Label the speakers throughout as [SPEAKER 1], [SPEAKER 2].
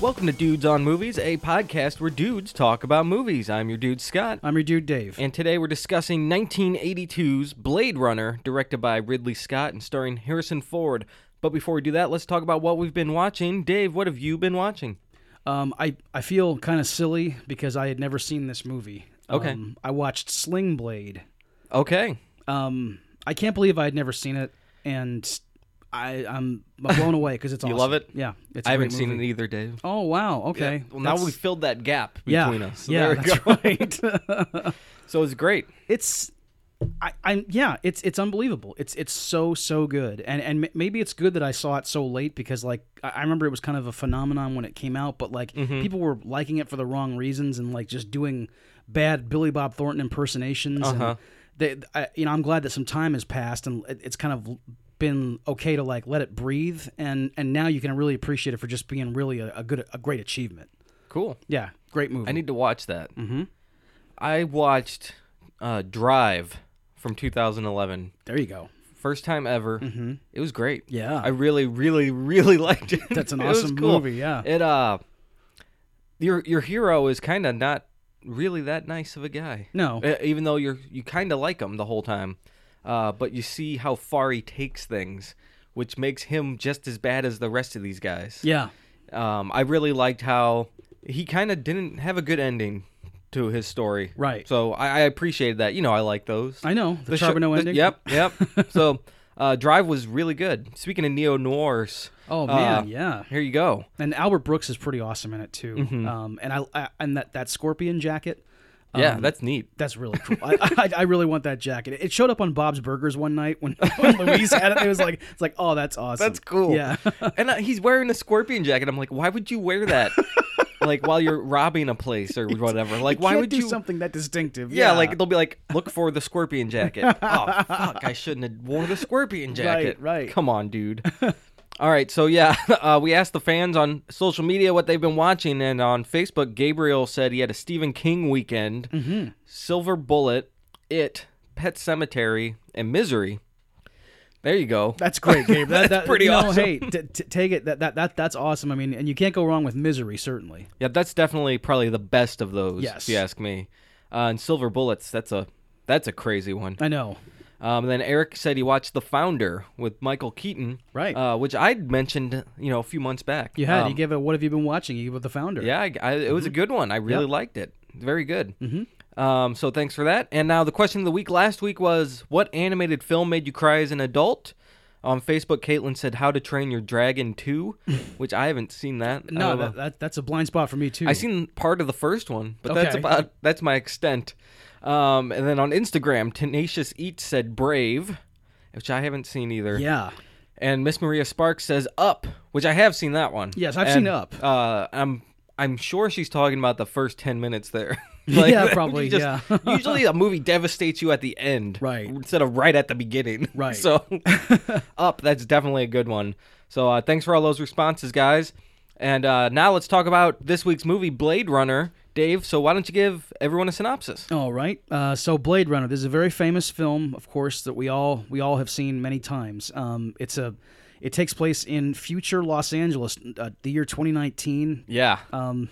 [SPEAKER 1] Welcome to Dudes on Movies, a podcast where dudes talk about movies. I'm your dude Scott,
[SPEAKER 2] I'm your dude, Dave.
[SPEAKER 1] and today we're discussing 1982's Blade Runner, directed by Ridley Scott and starring Harrison Ford. But before we do that, let's talk about what we've been watching. Dave, what have you been watching?
[SPEAKER 2] Um, I, I feel kind of silly because I had never seen this movie.
[SPEAKER 1] Okay.
[SPEAKER 2] Um, I watched Sling Blade.
[SPEAKER 1] Okay.
[SPEAKER 2] Um, I can't believe I had never seen it, and I, I'm blown away because it's
[SPEAKER 1] You
[SPEAKER 2] awesome.
[SPEAKER 1] love it?
[SPEAKER 2] Yeah. It's a
[SPEAKER 1] I haven't
[SPEAKER 2] great
[SPEAKER 1] seen
[SPEAKER 2] movie.
[SPEAKER 1] it either, Dave.
[SPEAKER 2] Oh, wow. Okay.
[SPEAKER 1] Well, now
[SPEAKER 2] That's-
[SPEAKER 1] we filled that gap
[SPEAKER 2] yeah.
[SPEAKER 1] between us. So
[SPEAKER 2] yeah,
[SPEAKER 1] there we go.
[SPEAKER 2] that's right.
[SPEAKER 1] So it's great.
[SPEAKER 2] it's I, I'm yeah, it's it's unbelievable. It's it's so so good, and and m- maybe it's good that I saw it so late because like I I remember it was kind of a phenomenon when it came out, but like
[SPEAKER 1] Mm-hmm.
[SPEAKER 2] people were liking it for the wrong reasons and like just doing bad Billy Bob Thornton impersonations.
[SPEAKER 1] Uh-huh.
[SPEAKER 2] And they, I, you know, I'm glad that some time has passed and it, it's kind of been okay to like let it breathe, and and now you can really appreciate it for just being really a, a good a great achievement.
[SPEAKER 1] Cool.
[SPEAKER 2] Yeah, great movie.
[SPEAKER 1] I need to watch that. Mm-hmm. I watched uh, Drive from 2011.
[SPEAKER 2] there you go.
[SPEAKER 1] First time ever. Mm-hmm. It was great.
[SPEAKER 2] Yeah.
[SPEAKER 1] I really, really, really liked it.
[SPEAKER 2] That's an
[SPEAKER 1] It was
[SPEAKER 2] awesome
[SPEAKER 1] cool.
[SPEAKER 2] movie, yeah.
[SPEAKER 1] It uh, your your hero is kind of not really that nice of a guy.
[SPEAKER 2] No.
[SPEAKER 1] E- even though you're you kind of like him the whole time, uh, but you see how far he takes things, which makes him just as bad as the rest of these guys.
[SPEAKER 2] Yeah.
[SPEAKER 1] Um, I really liked how he kind of didn't have a good ending to his story.
[SPEAKER 2] Right.
[SPEAKER 1] So I, I appreciated that. You know, I like those.
[SPEAKER 2] I know the,
[SPEAKER 1] The show-
[SPEAKER 2] Charbonneau
[SPEAKER 1] the-
[SPEAKER 2] ending.
[SPEAKER 1] Yep, yep. so uh, Drive was really good. Speaking of neo noirs.
[SPEAKER 2] Oh man, yeah.
[SPEAKER 1] Here you go.
[SPEAKER 2] And Albert Brooks is pretty awesome in it too.
[SPEAKER 1] Mm-hmm.
[SPEAKER 2] Um, and I, I and that that scorpion jacket. Um,
[SPEAKER 1] yeah, that's neat.
[SPEAKER 2] that's really cool. I, I, I really want that jacket. It showed up on Bob's Burgers one night when, when Louise had it. It was like it's like oh that's awesome.
[SPEAKER 1] That's cool.
[SPEAKER 2] Yeah.
[SPEAKER 1] and uh, he's wearing a scorpion jacket. I'm like, why would you wear that? like while you're robbing a place or whatever. Like, why
[SPEAKER 2] Can't
[SPEAKER 1] would
[SPEAKER 2] do
[SPEAKER 1] you?
[SPEAKER 2] something that distinctive?
[SPEAKER 1] yeah, like they'll be like, look for the scorpion jacket. oh fuck! I shouldn't have wore the scorpion jacket.
[SPEAKER 2] right.
[SPEAKER 1] Come on, dude. All right, so yeah, uh, we asked the fans on social media what they've been watching, and on Facebook, Gabriel said he had a Stephen King weekend,
[SPEAKER 2] Mm-hmm.
[SPEAKER 1] Silver Bullet, It, Pet Cemetery, and Misery. There you go.
[SPEAKER 2] That's great, Gabe. That, that,
[SPEAKER 1] pretty
[SPEAKER 2] you know,
[SPEAKER 1] awesome.
[SPEAKER 2] Hey, t- t- take it. That, that that that's awesome. I mean, and you can't go wrong with misery, certainly.
[SPEAKER 1] Yeah, that's definitely probably the best of those.
[SPEAKER 2] Yes.
[SPEAKER 1] if you ask me. Uh, and Silver Bullets, that's a that's a crazy one.
[SPEAKER 2] I know.
[SPEAKER 1] Um, then Eric said he watched The Founder with Michael Keaton,
[SPEAKER 2] Right.
[SPEAKER 1] Uh, which I'd mentioned, you know, a few months back.
[SPEAKER 2] You had.
[SPEAKER 1] Um,
[SPEAKER 2] you gave it. What have Mm-hmm. you been watching? You gave it the founder.
[SPEAKER 1] yeah, I, I- it was a good one. I really liked it. Very good. Mm-hmm. Um, so thanks for that. And now the question of the week last week was, what animated film made you cry as an adult? On Facebook, Caitlin said, "How to Train Your Dragon 2," which I haven't seen that. I don't
[SPEAKER 2] No,
[SPEAKER 1] know.
[SPEAKER 2] that, that, that's a blind spot for me too.
[SPEAKER 1] I seen part of the first one, but that's
[SPEAKER 2] Okay.
[SPEAKER 1] about that's my extent. Um, and then on Instagram, Tenacious Eat said Brave, which I haven't seen either.
[SPEAKER 2] Yeah.
[SPEAKER 1] And Miss Maria Sparks says Up, which I have seen that one.
[SPEAKER 2] Yes, I've
[SPEAKER 1] And,
[SPEAKER 2] seen Up.
[SPEAKER 1] Uh, I'm I'm sure she's talking about the first ten minutes there. Like,
[SPEAKER 2] Yeah,
[SPEAKER 1] you
[SPEAKER 2] probably,
[SPEAKER 1] just-
[SPEAKER 2] yeah.
[SPEAKER 1] usually a movie devastates you at the end,
[SPEAKER 2] Right.
[SPEAKER 1] Instead of right at the beginning,
[SPEAKER 2] Right.
[SPEAKER 1] So Up, that's definitely a good one. So uh, thanks for all those responses, guys. And uh, now let's talk about this week's movie, Blade Runner. Dave, so why don't you give everyone a synopsis?
[SPEAKER 2] All right. Uh, so Blade Runner. This is a very famous film, of course, that we all we all have seen many times. Um, it's a it takes place in future Los Angeles, uh, the year 2019.
[SPEAKER 1] Yeah,
[SPEAKER 2] Um,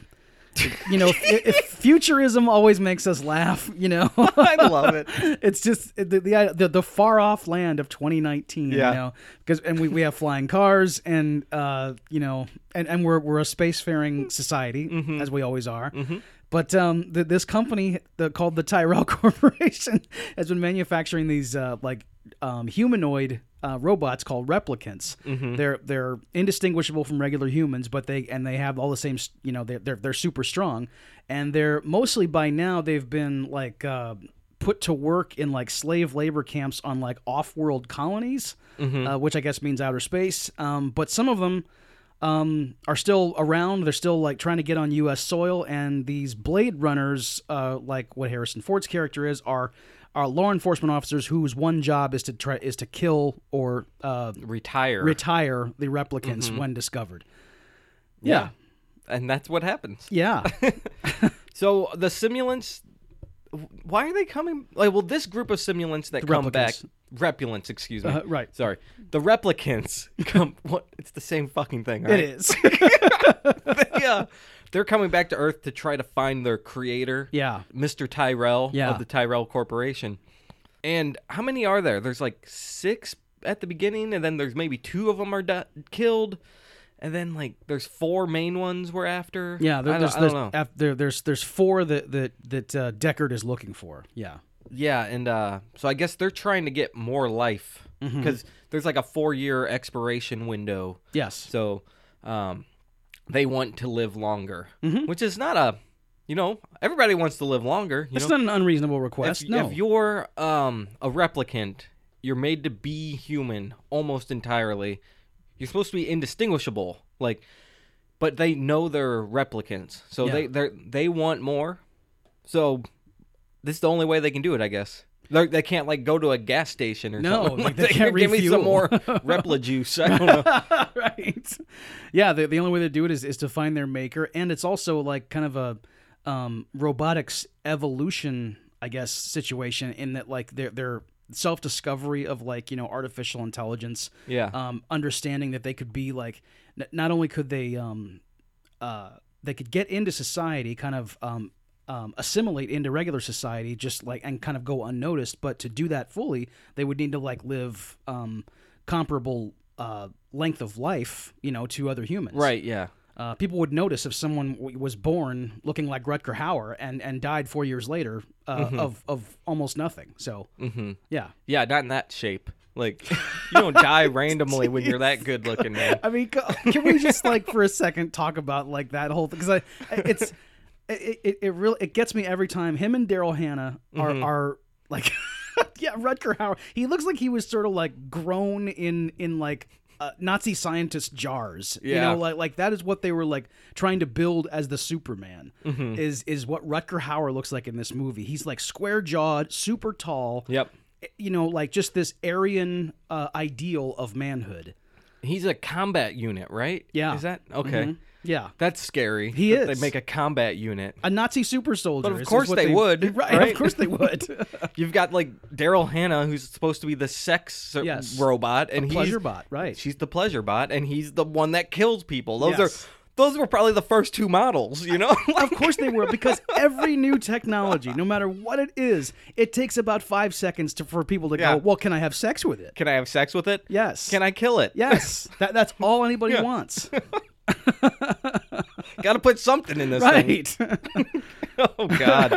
[SPEAKER 2] you know, if, if futurism always makes us laugh. You know,
[SPEAKER 1] I love it.
[SPEAKER 2] it's just the the, the, the far off land of 2019.
[SPEAKER 1] Yeah.
[SPEAKER 2] You know, because and we, we have flying cars and uh you know and and we're we're a spacefaring society as we always are. But um, the, this company the, called the Tyrell Corporation has been manufacturing these uh, like um, humanoid uh, robots called replicants. They're they're indistinguishable from regular humans, but they and they have all the same. s- You know, they're they're, they're super strong, and they're mostly by now they've been like. Uh, put to work in like slave labor camps on like off-world colonies
[SPEAKER 1] Mm-hmm.
[SPEAKER 2] uh, which i guess means outer space um, but some of them um, are still around they're still like trying to get on us soil and these blade runners uh, like what harrison ford's character is are are law enforcement officers whose one job is to try is to kill or uh,
[SPEAKER 1] Retire,
[SPEAKER 2] retire the replicants
[SPEAKER 1] Mm-hmm.
[SPEAKER 2] when discovered
[SPEAKER 1] Yeah. and that's what happens.
[SPEAKER 2] yeah yeah
[SPEAKER 1] So the simulants, why are they coming? Like, well, this group of simulants that come back,
[SPEAKER 2] replicants.
[SPEAKER 1] repulants, excuse me,
[SPEAKER 2] Uh, right.
[SPEAKER 1] Sorry, the replicants come. What? It's the same fucking thing.
[SPEAKER 2] it
[SPEAKER 1] right?
[SPEAKER 2] is
[SPEAKER 1] yeah. They're coming back to Earth to try to find their creator,
[SPEAKER 2] Yeah.
[SPEAKER 1] Mr. Tyrell
[SPEAKER 2] Yeah.
[SPEAKER 1] of the Tyrell Corporation. And how many are there? There's like six at the beginning, and then there's maybe two of them are di- killed, and then like there's four main ones we're after.
[SPEAKER 2] Yeah,
[SPEAKER 1] I
[SPEAKER 2] there,
[SPEAKER 1] don't-
[SPEAKER 2] there's
[SPEAKER 1] I
[SPEAKER 2] there's,
[SPEAKER 1] don't know.
[SPEAKER 2] af- there, there's there's four that that that uh, Deckard is looking for. Yeah,
[SPEAKER 1] Yeah, and uh, so I guess they're trying to get more life because there's like a four year expiration window.
[SPEAKER 2] yes,
[SPEAKER 1] So um, they want to live longer, which is not a, you know, everybody wants to live longer. You
[SPEAKER 2] it's
[SPEAKER 1] know,
[SPEAKER 2] not an unreasonable request.
[SPEAKER 1] if,
[SPEAKER 2] no,
[SPEAKER 1] if you're um, a replicant, you're made to be human almost entirely. You're supposed to be indistinguishable, like, but they know they're replicants, so
[SPEAKER 2] Yeah.
[SPEAKER 1] they they they want more. So this is the only way they can do it, I guess. They're, they can't like go to a gas station or
[SPEAKER 2] No,
[SPEAKER 1] something.
[SPEAKER 2] like,
[SPEAKER 1] Like,
[SPEAKER 2] they
[SPEAKER 1] they
[SPEAKER 2] can't
[SPEAKER 1] give me some
[SPEAKER 2] refuel."
[SPEAKER 1] more Repla juice. I don't know.
[SPEAKER 2] right? Yeah, the, the only way to do it is, is to find their maker, and it's also like kind of a um, robotics evolution, I guess, situation in that like their their self discovery of like you know artificial intelligence,
[SPEAKER 1] Yeah.
[SPEAKER 2] um, understanding that they could be like n- not only could they um, uh, they could get into society, kind of um, um, assimilate into regular society, just like and kind of go unnoticed. But to do that fully, they would need to like live um, comparable uh, length of life, you know, to other humans.
[SPEAKER 1] Right. Yeah.
[SPEAKER 2] Uh, people would notice if someone w- was born looking like Rutger Hauer and and died four years later uh, of of almost nothing. So yeah.
[SPEAKER 1] Mm-hmm. Yeah, not in that shape. Like you don't die randomly when you're that good looking, man.
[SPEAKER 2] I mean, c- can we just like for a second talk about like that whole thing? Because it's it, it it really it gets me every time. Him and Daryl Hannah are
[SPEAKER 1] Mm-hmm.
[SPEAKER 2] are like yeah, Rutger Hauer. He looks like he was sort of like grown in in like. Uh, Nazi scientist jars, you
[SPEAKER 1] Yeah.
[SPEAKER 2] know, like like that is what they were like trying to build as the Superman.
[SPEAKER 1] Mm-hmm.
[SPEAKER 2] Is is what Rutger Hauer looks like in this movie. He's like square jawed, super tall. eh,
[SPEAKER 1] Yep.
[SPEAKER 2] you know, like just this Aryan uh, ideal of manhood.
[SPEAKER 1] He's a combat unit, right?
[SPEAKER 2] Yeah.
[SPEAKER 1] Is that okay?
[SPEAKER 2] Mm-hmm. Yeah,
[SPEAKER 1] That's scary.
[SPEAKER 2] He
[SPEAKER 1] that
[SPEAKER 2] is.
[SPEAKER 1] They make a combat unit.
[SPEAKER 2] a Nazi super soldier.
[SPEAKER 1] of
[SPEAKER 2] is- is
[SPEAKER 1] course
[SPEAKER 2] what
[SPEAKER 1] they would,
[SPEAKER 2] Right,
[SPEAKER 1] right?
[SPEAKER 2] Of course they would.
[SPEAKER 1] You've got like Daryl Hannah, who's supposed to be the sex uh,
[SPEAKER 2] Yes.
[SPEAKER 1] robot, and he's
[SPEAKER 2] Pleasure bot, right?
[SPEAKER 1] She's the pleasure bot, and he's the one that kills people. Those
[SPEAKER 2] Yes.
[SPEAKER 1] are those were probably the first two models, you know.
[SPEAKER 2] of course they were because every new technology, no matter what it is, it takes about five seconds to, for people to
[SPEAKER 1] Yeah.
[SPEAKER 2] go, "Well, can I have sex with it?"
[SPEAKER 1] Can I have sex with it?
[SPEAKER 2] Yes.
[SPEAKER 1] Can I kill it?
[SPEAKER 2] Yes, that, that's all anybody wants,
[SPEAKER 1] Got to put something in this thing.
[SPEAKER 2] right?
[SPEAKER 1] Oh God.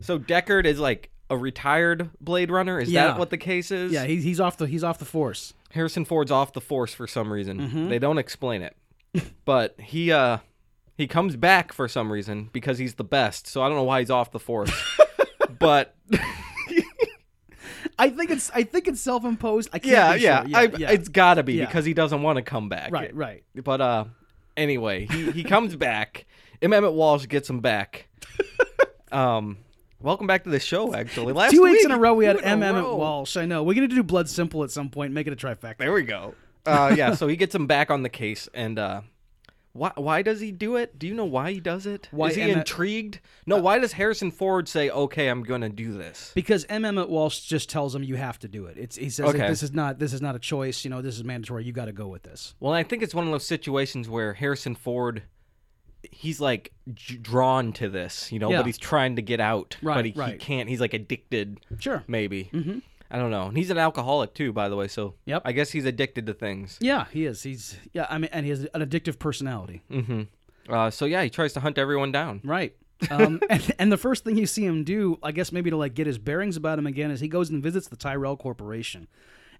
[SPEAKER 1] so Deckard is like a retired Blade Runner. Is
[SPEAKER 2] Yeah.
[SPEAKER 1] that what the case is?
[SPEAKER 2] yeah, he, he's off the he's off the force.
[SPEAKER 1] Harrison Ford's off the force for some reason.
[SPEAKER 2] Mm-hmm.
[SPEAKER 1] They don't explain it, but he uh he comes back for some reason because he's the best. So I don't know why he's off the force, but
[SPEAKER 2] I think it's I think it's self imposed. I can't
[SPEAKER 1] yeah,
[SPEAKER 2] be
[SPEAKER 1] yeah,
[SPEAKER 2] sure.
[SPEAKER 1] I, it's gotta be
[SPEAKER 2] Yeah.
[SPEAKER 1] because he doesn't want to come back.
[SPEAKER 2] right, right.
[SPEAKER 1] But uh, anyway, he he comes back. And Emmett Walsh gets him back. um, welcome back to the show. Actually, last
[SPEAKER 2] Two weeks
[SPEAKER 1] week-
[SPEAKER 2] in a row, we had
[SPEAKER 1] two in
[SPEAKER 2] M.
[SPEAKER 1] a
[SPEAKER 2] Emmett
[SPEAKER 1] row.
[SPEAKER 2] Walsh. I know. We're gonna do Blood Simple at some point. Make it a trifecta.
[SPEAKER 1] There we go. Uh, yeah, so he gets him back on the case, and uh, why why does he do it? Do you know why he does it?
[SPEAKER 2] Why uh,
[SPEAKER 1] Is he
[SPEAKER 2] Emma-
[SPEAKER 1] intrigued? No, why does Harrison Ford say, "Okay, I'm gonna do this"?
[SPEAKER 2] because M. Emmett Walsh just tells him you have to do it. It's he says
[SPEAKER 1] Okay.
[SPEAKER 2] this is not this is not a choice. You know this is mandatory. You got to go with this.
[SPEAKER 1] Well, I think it's one of those situations where Harrison Ford, he's like j- drawn to this, you know,
[SPEAKER 2] Yeah.
[SPEAKER 1] but he's trying to get out,
[SPEAKER 2] Right,
[SPEAKER 1] but he, he
[SPEAKER 2] right.
[SPEAKER 1] can't. He's like addicted,
[SPEAKER 2] Sure.
[SPEAKER 1] maybe. Mm-hmm. I don't know. And he's an alcoholic too, by the way. So
[SPEAKER 2] Yep.
[SPEAKER 1] I guess he's addicted to things.
[SPEAKER 2] Yeah, he is. He's yeah. I mean, and he has an addictive personality.
[SPEAKER 1] Uh, so yeah, he tries to hunt everyone down.
[SPEAKER 2] Right. um, and, and the first thing you see him do, I guess maybe to like get his bearings about him again, is he goes and visits the Tyrell Corporation,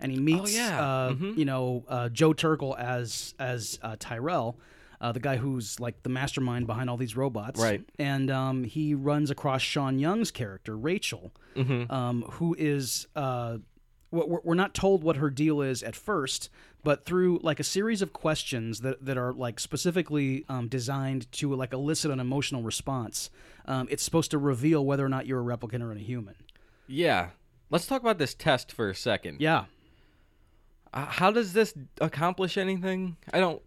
[SPEAKER 2] and he meets
[SPEAKER 1] Oh, yeah. Mm-hmm.
[SPEAKER 2] uh, you know uh, Joe Turkel as as uh, Tyrell. Uh, the guy who's like the mastermind behind all these robots,
[SPEAKER 1] Right.
[SPEAKER 2] And um, he runs across Sean Young's character Rachel,
[SPEAKER 1] Mm-hmm.
[SPEAKER 2] um, who is uh, we're, we're- we're not told what her deal is at first, but through like a series of questions that, that are like specifically um, designed to like elicit an emotional response, um, it's supposed to reveal whether or not you're a replicant or a human.
[SPEAKER 1] Yeah. Let's talk about this test for a second.
[SPEAKER 2] Yeah.
[SPEAKER 1] Uh, how does this accomplish anything? I don't.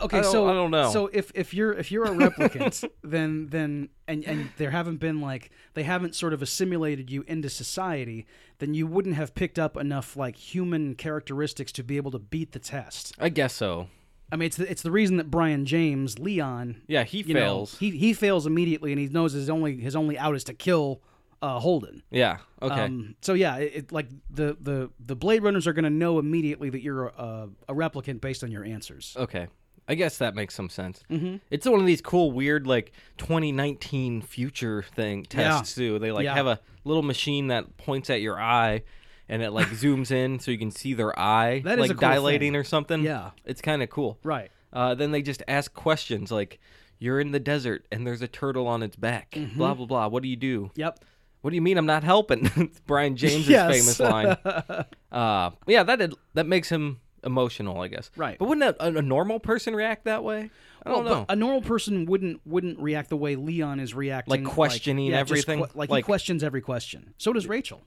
[SPEAKER 2] Okay,
[SPEAKER 1] I don't-
[SPEAKER 2] so
[SPEAKER 1] I don't know.
[SPEAKER 2] So if, if you're if you're a replicant, then then and and there haven't been like they haven't sort of assimilated you into society, then you wouldn't have picked up enough like human characteristics to be able to beat the test.
[SPEAKER 1] I guess so.
[SPEAKER 2] I mean, it's the, it's the reason that Brian James Leon
[SPEAKER 1] Yeah, he
[SPEAKER 2] you know,
[SPEAKER 1] fails.
[SPEAKER 2] he he fails immediately, and he knows his only his only out is to kill uh, Holden.
[SPEAKER 1] yeah. Okay.
[SPEAKER 2] Um, so yeah, it, it- like the the the Blade Runners are going to know immediately that you're a, a replicant based on your answers.
[SPEAKER 1] okay. I guess that makes some sense. Mm-hmm. It's one of these cool, weird, like 2019 future thing tests too. They like
[SPEAKER 2] Yeah.
[SPEAKER 1] have a little machine that points at your eye, and it like zooms in so you can see their eye,
[SPEAKER 2] That is
[SPEAKER 1] like
[SPEAKER 2] a cool
[SPEAKER 1] dilating
[SPEAKER 2] thing.
[SPEAKER 1] or something.
[SPEAKER 2] Yeah.
[SPEAKER 1] it's kind of cool.
[SPEAKER 2] Right.
[SPEAKER 1] Uh, then they just ask questions like, "You're in the desert and there's a turtle on its back."
[SPEAKER 2] Mm-hmm.
[SPEAKER 1] Blah blah blah. What do you do?
[SPEAKER 2] Yep.
[SPEAKER 1] What do you mean I'm not helping? It's Brian James'
[SPEAKER 2] Yes.
[SPEAKER 1] famous line. Uh, yeah, that did, that makes him emotional, I guess.
[SPEAKER 2] Right.
[SPEAKER 1] But wouldn't a, a normal person react that way? I don't know.
[SPEAKER 2] But a normal person wouldn't wouldn't react the way Leon is reacting,
[SPEAKER 1] Like questioning
[SPEAKER 2] yeah, just
[SPEAKER 1] everything?
[SPEAKER 2] que- like,
[SPEAKER 1] Like-
[SPEAKER 2] he questions every question. So does Rachel.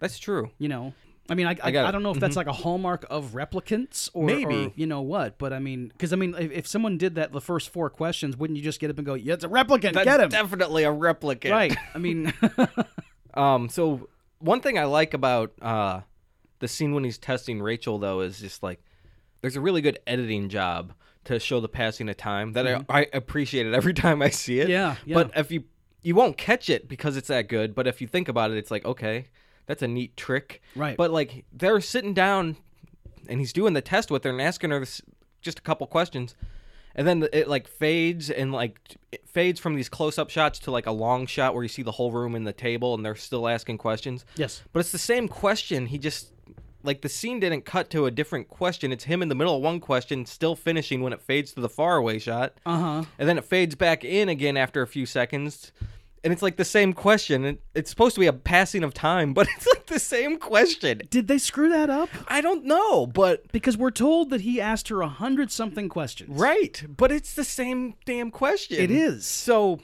[SPEAKER 1] That's true.
[SPEAKER 2] You know, I mean, I I,
[SPEAKER 1] got
[SPEAKER 2] I
[SPEAKER 1] it. Mm-hmm.
[SPEAKER 2] don't know if that's like a hallmark of replicants or
[SPEAKER 1] Maybe.
[SPEAKER 2] or, you know what, but I mean, because I mean, if, if someone did that the first four questions, wouldn't you just get up and go, "Yeah, it's a replicant,
[SPEAKER 1] That's
[SPEAKER 2] get him."
[SPEAKER 1] definitely a replicant.
[SPEAKER 2] Right. I mean,
[SPEAKER 1] Um, so one thing I like about uh, the scene when he's testing Rachel though is just like there's a really good editing job to show the passing of time that I, I appreciate it every time I see it.
[SPEAKER 2] Mm-hmm. Yeah, yeah.
[SPEAKER 1] But if you you won't catch it because it's that good, but if you think about it, it's like okay, that's a neat trick.
[SPEAKER 2] Right.
[SPEAKER 1] But like they're sitting down and he's doing the test with her and asking her this, just a couple questions. And then it like fades and like it fades from these close up shots to like a long shot where you see the whole room and the table and they're still asking questions.
[SPEAKER 2] yes.
[SPEAKER 1] But it's the same question. He just like the scene didn't cut to a different question. It's him in the middle of one question, still finishing when it fades to the faraway shot,
[SPEAKER 2] Uh huh.
[SPEAKER 1] and then it fades back in again after a few seconds. And it's like the same question. It, it's supposed to be a passing of time, but it's like the same question.
[SPEAKER 2] Did they screw that up?
[SPEAKER 1] I don't know, but
[SPEAKER 2] Because we're told that he asked her a hundred something questions.
[SPEAKER 1] right, but it's the same damn question.
[SPEAKER 2] It is.
[SPEAKER 1] So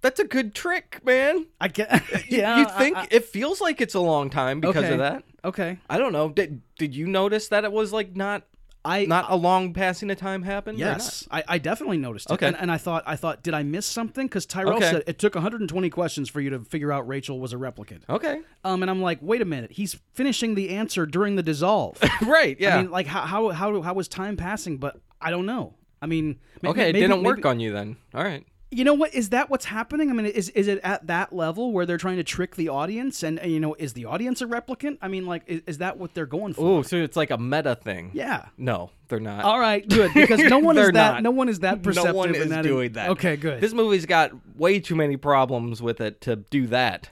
[SPEAKER 1] that's a good trick, man.
[SPEAKER 2] I get. yeah.
[SPEAKER 1] you
[SPEAKER 2] I-
[SPEAKER 1] think
[SPEAKER 2] I-
[SPEAKER 1] it feels like it's a long time because
[SPEAKER 2] okay.
[SPEAKER 1] of that?
[SPEAKER 2] Okay.
[SPEAKER 1] I don't know. Did did you notice that it was like not
[SPEAKER 2] I
[SPEAKER 1] not a long passing of time happened? or
[SPEAKER 2] Yes, I, I definitely noticed it.
[SPEAKER 1] Okay.
[SPEAKER 2] And, and I thought, I thought, did I miss something? Because Tyrell
[SPEAKER 1] Okay.
[SPEAKER 2] said it took 120 questions for you to figure out Rachel was a replicant.
[SPEAKER 1] not? Okay.
[SPEAKER 2] Um, and I'm like, wait a minute, he's finishing the answer during the dissolve.
[SPEAKER 1] Right. Yeah.
[SPEAKER 2] I mean, like, how how how how was time passing? But I don't know. I mean, ma-
[SPEAKER 1] okay.
[SPEAKER 2] maybe-
[SPEAKER 1] it didn't
[SPEAKER 2] maybe-
[SPEAKER 1] work on you then. All right.
[SPEAKER 2] You know what? Is that what's happening? I mean, is is it at that level where they're trying to trick the audience? And uh, you know, is the audience a replicant? I mean, like, is, is that what they're going for?
[SPEAKER 1] Oh, so it's like a meta thing.
[SPEAKER 2] Yeah.
[SPEAKER 1] No, they're not.
[SPEAKER 2] All right, good because no one is
[SPEAKER 1] They're
[SPEAKER 2] that
[SPEAKER 1] not.
[SPEAKER 2] no one is that
[SPEAKER 1] no
[SPEAKER 2] perceptive.
[SPEAKER 1] one is
[SPEAKER 2] and that
[SPEAKER 1] doing that.
[SPEAKER 2] Okay, good.
[SPEAKER 1] This movie's got way too many problems with it to do that.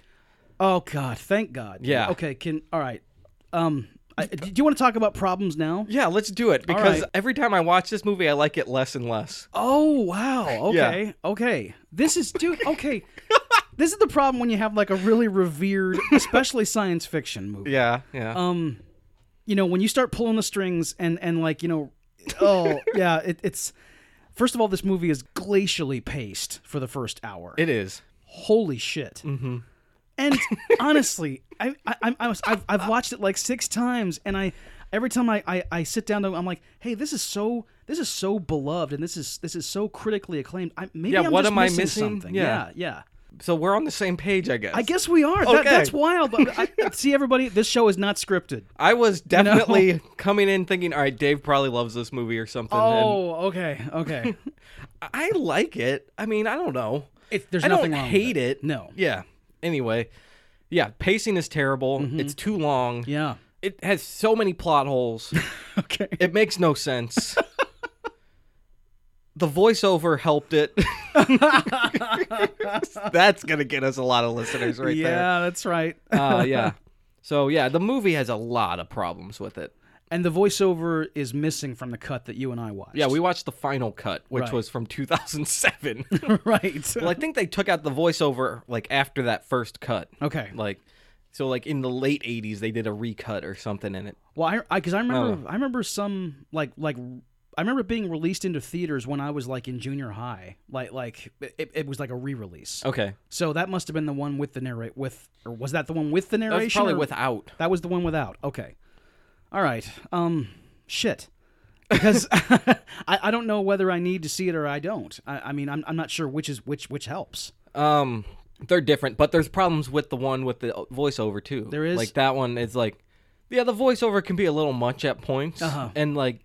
[SPEAKER 2] Oh God! Thank God.
[SPEAKER 1] Yeah.
[SPEAKER 2] Okay. Can all right. Um, I, do you want to talk about problems now?
[SPEAKER 1] Yeah, let's do it because
[SPEAKER 2] right.
[SPEAKER 1] every time I watch this movie, I like it less and less.
[SPEAKER 2] Oh wow.
[SPEAKER 1] Yeah.
[SPEAKER 2] Okay. Okay. This is dude. Okay. this is the problem when you have like a really revered, especially science fiction movie.
[SPEAKER 1] Yeah, yeah.
[SPEAKER 2] You know, when you start pulling the strings and and like you know, oh yeah, it, it's. First of all, this movie is glacially paced for the first hour.
[SPEAKER 1] it is.
[SPEAKER 2] holy shit. Mm-hmm. And honestly, I, I, I'm- I was, I've, I've watched it like six times, and I every time I, I, I sit down, to, I'm like, hey, this is so this is so beloved, and this is this is so critically acclaimed. I, maybe
[SPEAKER 1] Yeah,
[SPEAKER 2] I'm
[SPEAKER 1] what
[SPEAKER 2] just
[SPEAKER 1] am I missing?
[SPEAKER 2] something.
[SPEAKER 1] Yeah.
[SPEAKER 2] Yeah. yeah,
[SPEAKER 1] So we're on the same page, I guess.
[SPEAKER 2] I guess we are. That,
[SPEAKER 1] Okay.
[SPEAKER 2] that's wild. I, I- see, everybody, this show is not scripted.
[SPEAKER 1] I was definitely coming in thinking, all right, Dave probably loves this movie or something. and
[SPEAKER 2] Oh, okay, okay.
[SPEAKER 1] I like it. I mean, I don't know.
[SPEAKER 2] It, there's
[SPEAKER 1] I
[SPEAKER 2] nothing
[SPEAKER 1] don't
[SPEAKER 2] wrong with
[SPEAKER 1] hate it.
[SPEAKER 2] No.
[SPEAKER 1] Yeah. Anyway, yeah, pacing is terrible. It's too long.
[SPEAKER 2] Yeah.
[SPEAKER 1] It has so many plot holes.
[SPEAKER 2] Okay.
[SPEAKER 1] it makes no sense. the voiceover helped it. That's gonna get us a lot of listeners right
[SPEAKER 2] yeah, that's right.
[SPEAKER 1] there. Uh, yeah. So yeah, the movie has a lot of problems with it.
[SPEAKER 2] and the voiceover is missing from the cut that you and I watched.
[SPEAKER 1] Yeah, we watched the final cut, which
[SPEAKER 2] Right.
[SPEAKER 1] was from 2007.
[SPEAKER 2] right.
[SPEAKER 1] well, I think they took out the voiceover like after that first cut.
[SPEAKER 2] okay.
[SPEAKER 1] Like, so like in the late 80s, they did a recut or something in it.
[SPEAKER 2] Well, I
[SPEAKER 1] oh,
[SPEAKER 2] because I, remember I remember some like like I remember it being released into theaters when I was like in junior high. Like like it, it was like a re-release.
[SPEAKER 1] Okay,
[SPEAKER 2] So that must have been the one with the narrate with or was that the one with the
[SPEAKER 1] that
[SPEAKER 2] narration?
[SPEAKER 1] was probably
[SPEAKER 2] or-
[SPEAKER 1] without.
[SPEAKER 2] That was the one without. Okay. All right. Um shit. Because I, I don't know whether I need to see it or I don't. I, I mean I'm I'm not sure which is which which helps.
[SPEAKER 1] Um, they're different, but there's problems with the one with the uh, voiceover too.
[SPEAKER 2] There is?
[SPEAKER 1] like that one is like, yeah, the voiceover can be a little much at points,
[SPEAKER 2] Uh-huh.
[SPEAKER 1] and like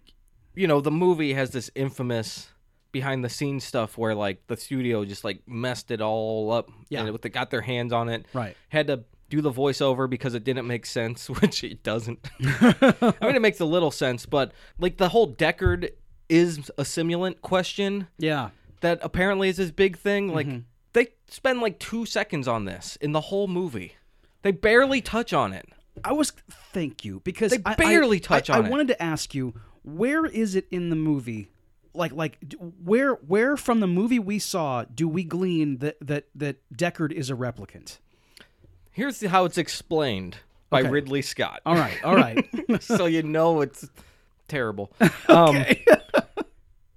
[SPEAKER 1] you know, the movie has this infamous behind the scenes stuff where like the studio just like messed it all up.
[SPEAKER 2] Yeah.
[SPEAKER 1] And they got their hands on it.
[SPEAKER 2] Right.
[SPEAKER 1] Had to do the voiceover because it didn't make sense, which it doesn't. I mean, it makes a little sense, but like the whole Deckard is a simulant question
[SPEAKER 2] Yeah.
[SPEAKER 1] that apparently is this big thing. Like
[SPEAKER 2] Mm-hmm.
[SPEAKER 1] they spend like two seconds on this in the whole movie. They barely touch on it.
[SPEAKER 2] I was thank you because
[SPEAKER 1] They
[SPEAKER 2] I- I-
[SPEAKER 1] barely touch
[SPEAKER 2] I,
[SPEAKER 1] on
[SPEAKER 2] I
[SPEAKER 1] it.
[SPEAKER 2] wanted to ask you where is it in the movie? Like like d- where where from the movie we saw do we glean that that that Deckard is a replicant?
[SPEAKER 1] Here's how it's explained by
[SPEAKER 2] Okay. Oh,
[SPEAKER 1] Ridley Scott.
[SPEAKER 2] All right, all right.
[SPEAKER 1] so you know it's terrible. Um,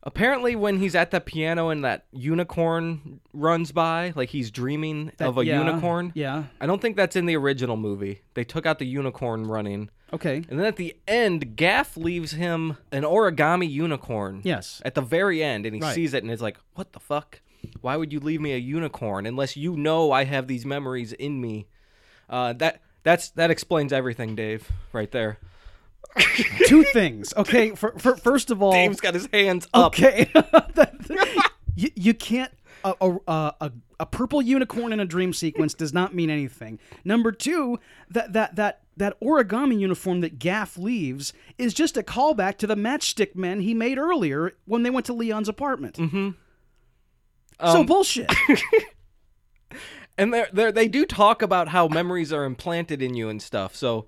[SPEAKER 1] apparently, when he's at the piano and that unicorn runs by, like he's dreaming of a
[SPEAKER 2] Yeah,
[SPEAKER 1] unicorn.
[SPEAKER 2] Yeah.
[SPEAKER 1] I don't think that's in the original movie. They took out the unicorn running.
[SPEAKER 2] Okay.
[SPEAKER 1] And then at the end, Gaff leaves him an origami unicorn.
[SPEAKER 2] Yes.
[SPEAKER 1] At the very end, and he
[SPEAKER 2] Right.
[SPEAKER 1] sees it and is like, what the fuck? Why would you leave me a unicorn unless you know I have these memories in me? Uh, that that's that explains everything, Dave, right there.
[SPEAKER 2] Two things. Okay, for, for, first of all,
[SPEAKER 1] Dave's got his hands up.
[SPEAKER 2] Okay. you, you can't. A, a, a, a purple unicorn in a dream sequence does not mean anything. Number two, that that that that origami uniform that Gaff leaves is just a callback to the matchstick men he made earlier when they went to Leon's apartment. Mm-hmm.
[SPEAKER 1] Um,
[SPEAKER 2] so bullshit.
[SPEAKER 1] And they they they do talk about how memories are implanted in you and stuff. So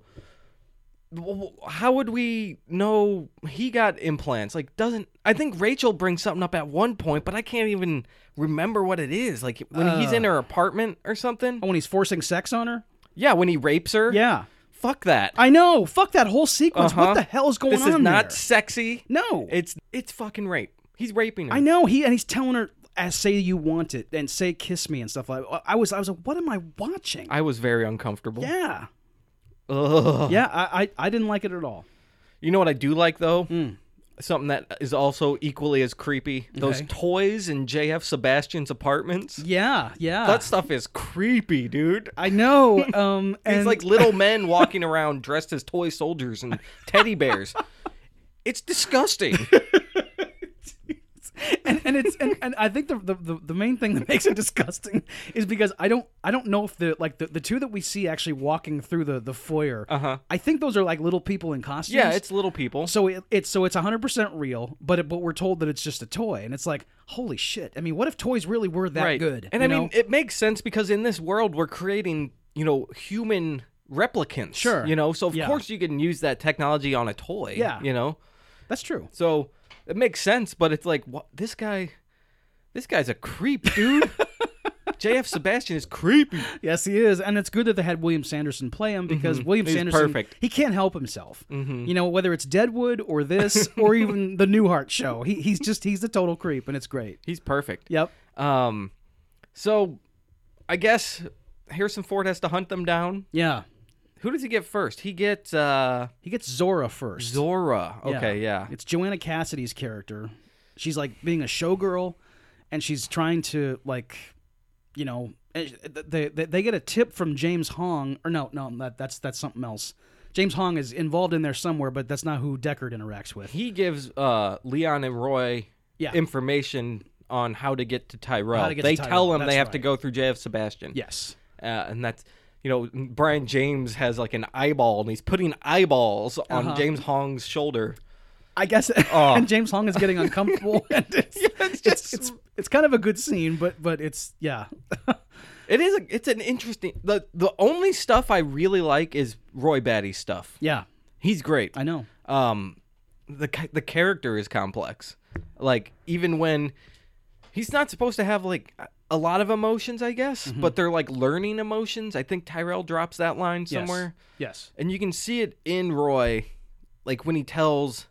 [SPEAKER 1] w- w- how would we know he got implants? Like doesn't I think Rachel brings something up at one point, but I can't even remember what it is. Like when he's
[SPEAKER 2] Uh.
[SPEAKER 1] in her apartment or something.
[SPEAKER 2] when Oh, he's forcing sex on her.
[SPEAKER 1] Yeah, when he rapes her.
[SPEAKER 2] Yeah,
[SPEAKER 1] Fuck that.
[SPEAKER 2] I know. Fuck that whole sequence.
[SPEAKER 1] Uh-huh.
[SPEAKER 2] What the hell is going
[SPEAKER 1] this
[SPEAKER 2] on
[SPEAKER 1] is not
[SPEAKER 2] there?
[SPEAKER 1] sexy.
[SPEAKER 2] no,
[SPEAKER 1] It's it's fucking rape. He's raping her.
[SPEAKER 2] I know he and he's telling her, "I say you want it," and say "kiss me" and stuff like. I was, I was like, "What am I watching?"
[SPEAKER 1] I was very uncomfortable.
[SPEAKER 2] yeah,
[SPEAKER 1] Ugh.
[SPEAKER 2] yeah, I, I, I didn't like it at all.
[SPEAKER 1] You know what I do like though?
[SPEAKER 2] Hmm.
[SPEAKER 1] Something that is also equally as creepy. Those
[SPEAKER 2] Okay.
[SPEAKER 1] toys in JF Sebastian's apartments.
[SPEAKER 2] Yeah, yeah,
[SPEAKER 1] That stuff is creepy, dude.
[SPEAKER 2] I know. Um, and
[SPEAKER 1] It's like little men walking around dressed as toy soldiers and teddy bears. It's disgusting.
[SPEAKER 2] and, and it's and, and I think the, the the the main thing that makes it disgusting is because I don't I don't know if the like the, the two that we see actually walking through the the foyer. Uh
[SPEAKER 1] Uh-huh.
[SPEAKER 2] I think those are like little people in costumes.
[SPEAKER 1] yeah, it's little people.
[SPEAKER 2] So it, it's so it's 100% real, but it, but we're told that it's just a toy, and it's like, holy shit! I mean, what if toys really were that
[SPEAKER 1] right.
[SPEAKER 2] good?
[SPEAKER 1] And
[SPEAKER 2] you
[SPEAKER 1] I mean,
[SPEAKER 2] know?
[SPEAKER 1] it makes sense because in this world we're creating, you know, human replicants.
[SPEAKER 2] Sure.
[SPEAKER 1] You know, so of
[SPEAKER 2] Yeah.
[SPEAKER 1] course you can use that technology on a toy.
[SPEAKER 2] Yeah.
[SPEAKER 1] You know?
[SPEAKER 2] that's true.
[SPEAKER 1] So it makes sense, but it's like what this guy this guy's a creep, dude. JF Sebastian is creepy.
[SPEAKER 2] Yes, he is, and it's good that they had William Sanderson play him because William
[SPEAKER 1] Mm-hmm. He's
[SPEAKER 2] Sanderson
[SPEAKER 1] perfect. Mm-hmm.
[SPEAKER 2] he can't help himself. You know, whether it's Deadwood or this or even the Newhart show, he, he's just he's the total creep, and it's great.
[SPEAKER 1] He's perfect.
[SPEAKER 2] Yep.
[SPEAKER 1] Um so I guess Harrison Ford has to hunt them down.
[SPEAKER 2] Yeah.
[SPEAKER 1] Who does he get first? He gets uh
[SPEAKER 2] He gets Zora first.
[SPEAKER 1] Zora. Okay, yeah.
[SPEAKER 2] It's Joanna Cassidy's character. She's like being a showgirl, and she's trying to like, you know, and they they, they get a tip from James Hong or no no that that's that's something else. James Hong is involved in there somewhere, but that's not who Deckard interacts with.
[SPEAKER 1] He gives uh Leon and Roy
[SPEAKER 2] Yeah.
[SPEAKER 1] information on how to get to Tyrell.
[SPEAKER 2] How to get to
[SPEAKER 1] they tell
[SPEAKER 2] Tyrell,
[SPEAKER 1] him
[SPEAKER 2] that's
[SPEAKER 1] they have to go
[SPEAKER 2] right.
[SPEAKER 1] through JF Sebastian.
[SPEAKER 2] Yes.
[SPEAKER 1] uh, and that's you know Brian James has like an eyeball and he's putting eyeballs
[SPEAKER 2] Uh-huh.
[SPEAKER 1] on James Hong's shoulder.
[SPEAKER 2] I guess and James Hong is getting uncomfortable. and it's, it's
[SPEAKER 1] Oh. just-
[SPEAKER 2] it's, it's kind of a good scene, but but it's yeah.
[SPEAKER 1] It is a, it's an interesting the the only stuff I really like is Roy Batty's stuff.
[SPEAKER 2] yeah,
[SPEAKER 1] He's great.
[SPEAKER 2] I know.
[SPEAKER 1] Um the ca- the character is complex. Like even when he's not supposed to have like a lot of emotions, I guess, but they're like learning emotions. I think Tyrell drops that line
[SPEAKER 2] Yes.
[SPEAKER 1] somewhere.
[SPEAKER 2] Yes.
[SPEAKER 1] And you can see it in Roy, like when he tells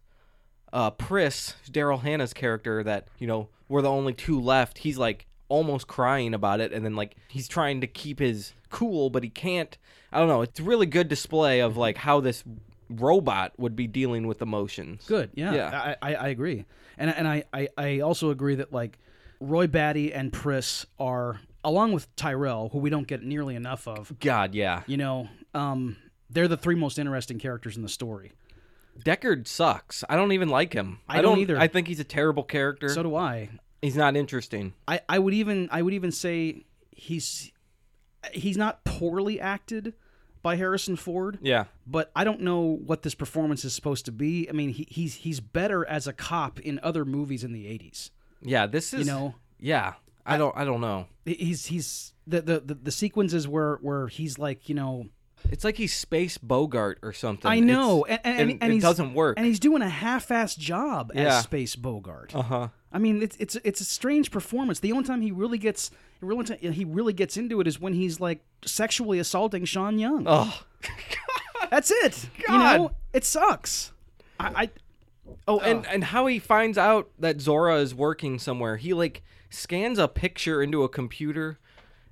[SPEAKER 1] uh, Pris, Daryl Hannah's character, that, you know, we're the only two left. He's like almost crying about it. And then, like, he's trying to keep his cool, but he can't. I don't know. It's a really good display of, like, how this robot would be dealing with emotions.
[SPEAKER 2] Good. Yeah.
[SPEAKER 1] Yeah.
[SPEAKER 2] I, I, I agree. And and I, I, I also agree that like Roy Batty and Pris are along with Tyrell, who we don't get nearly enough of,
[SPEAKER 1] God, yeah.
[SPEAKER 2] you know, um, they're the three most interesting characters in the story.
[SPEAKER 1] Deckard sucks. I don't even like him.
[SPEAKER 2] I don't either.
[SPEAKER 1] I think he's a terrible character.
[SPEAKER 2] So do I.
[SPEAKER 1] he's not interesting.
[SPEAKER 2] I, I would even I would even say he's he's not poorly acted by Harrison Ford,
[SPEAKER 1] Yeah.
[SPEAKER 2] but I don't know what this performance is supposed to be. I mean, he, he's he's better as a cop in other movies in the '80s.
[SPEAKER 1] Yeah, this is
[SPEAKER 2] You know,
[SPEAKER 1] Yeah. I don't I don't know.
[SPEAKER 2] he's he's the the the, the sequences where where he's like you know
[SPEAKER 1] It's like he's Space Bogart or something.
[SPEAKER 2] I know and
[SPEAKER 1] It's-
[SPEAKER 2] and, and,
[SPEAKER 1] it
[SPEAKER 2] he's-
[SPEAKER 1] doesn't work.
[SPEAKER 2] and he's doing a half-assed job
[SPEAKER 1] Yeah.
[SPEAKER 2] as Space Bogart.
[SPEAKER 1] uh-huh.
[SPEAKER 2] I mean, it's it's it's a strange performance. The only time he really gets the only time he really gets into it is when he's like sexually assaulting Sean Young.
[SPEAKER 1] Oh.
[SPEAKER 2] That's it. You know, it sucks. I, I
[SPEAKER 1] Oh, and and how he finds out that Zora is working somewhere. He like scans a picture into a computer.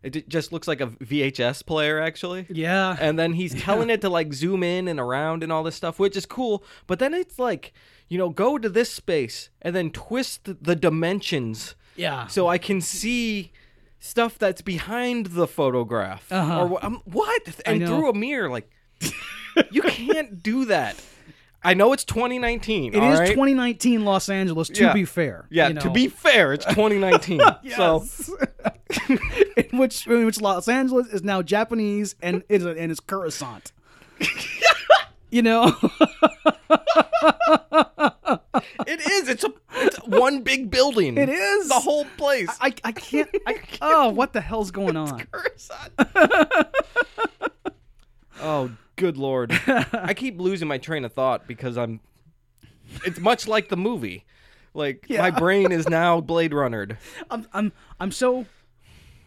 [SPEAKER 1] It d- just looks like a VHS player actually.
[SPEAKER 2] yeah,
[SPEAKER 1] and then he's telling it to like zoom in and around and all this stuff, which is cool. But then it's like, you know, go to this space and then twist the dimensions
[SPEAKER 2] yeah.
[SPEAKER 1] so I can see stuff that's behind the photograph.
[SPEAKER 2] Uh-huh.
[SPEAKER 1] Or wh- um, what? And
[SPEAKER 2] know.
[SPEAKER 1] through a mirror, like you can't do that. I know it's 2019.
[SPEAKER 2] it is 2019 Los Angeles. To
[SPEAKER 1] Yeah.
[SPEAKER 2] be fair,
[SPEAKER 1] Yeah,
[SPEAKER 2] you
[SPEAKER 1] to
[SPEAKER 2] know.
[SPEAKER 1] be fair, it's 2019. So
[SPEAKER 2] in which in which Los Angeles is now Japanese and is and is Coruscant. you know,
[SPEAKER 1] it is. It's a it's one big building. It
[SPEAKER 2] is.
[SPEAKER 1] the whole place.
[SPEAKER 2] I I can't. I, oh, what the hell's going on?
[SPEAKER 1] oh, good lord. I keep losing my train of thought because I'm it's much like the movie. Like my brain is now Blade Runnered.
[SPEAKER 2] I'm I'm I'm so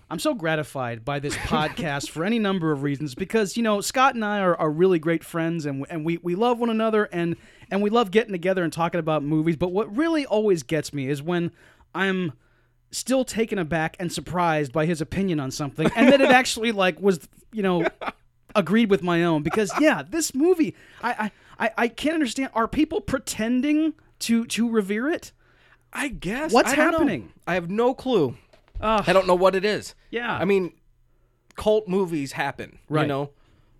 [SPEAKER 2] I'm so gratified by this podcast for any number of reasons because you know Scott and I are, are really great friends and we- and we, we love one another and and we love getting together and talking about movies but what really always gets me is when I'm still taken aback and surprised by his opinion on something and that it actually like was you know agreed with my own because yeah this movie I I, I, I can't understand are people pretending to to revere it
[SPEAKER 1] I guess
[SPEAKER 2] What's
[SPEAKER 1] I don't know.
[SPEAKER 2] happening?
[SPEAKER 1] I have no clue.
[SPEAKER 2] Ugh.
[SPEAKER 1] I don't know what it is.
[SPEAKER 2] Yeah.
[SPEAKER 1] I mean, cult movies happen. You
[SPEAKER 2] Right.
[SPEAKER 1] know,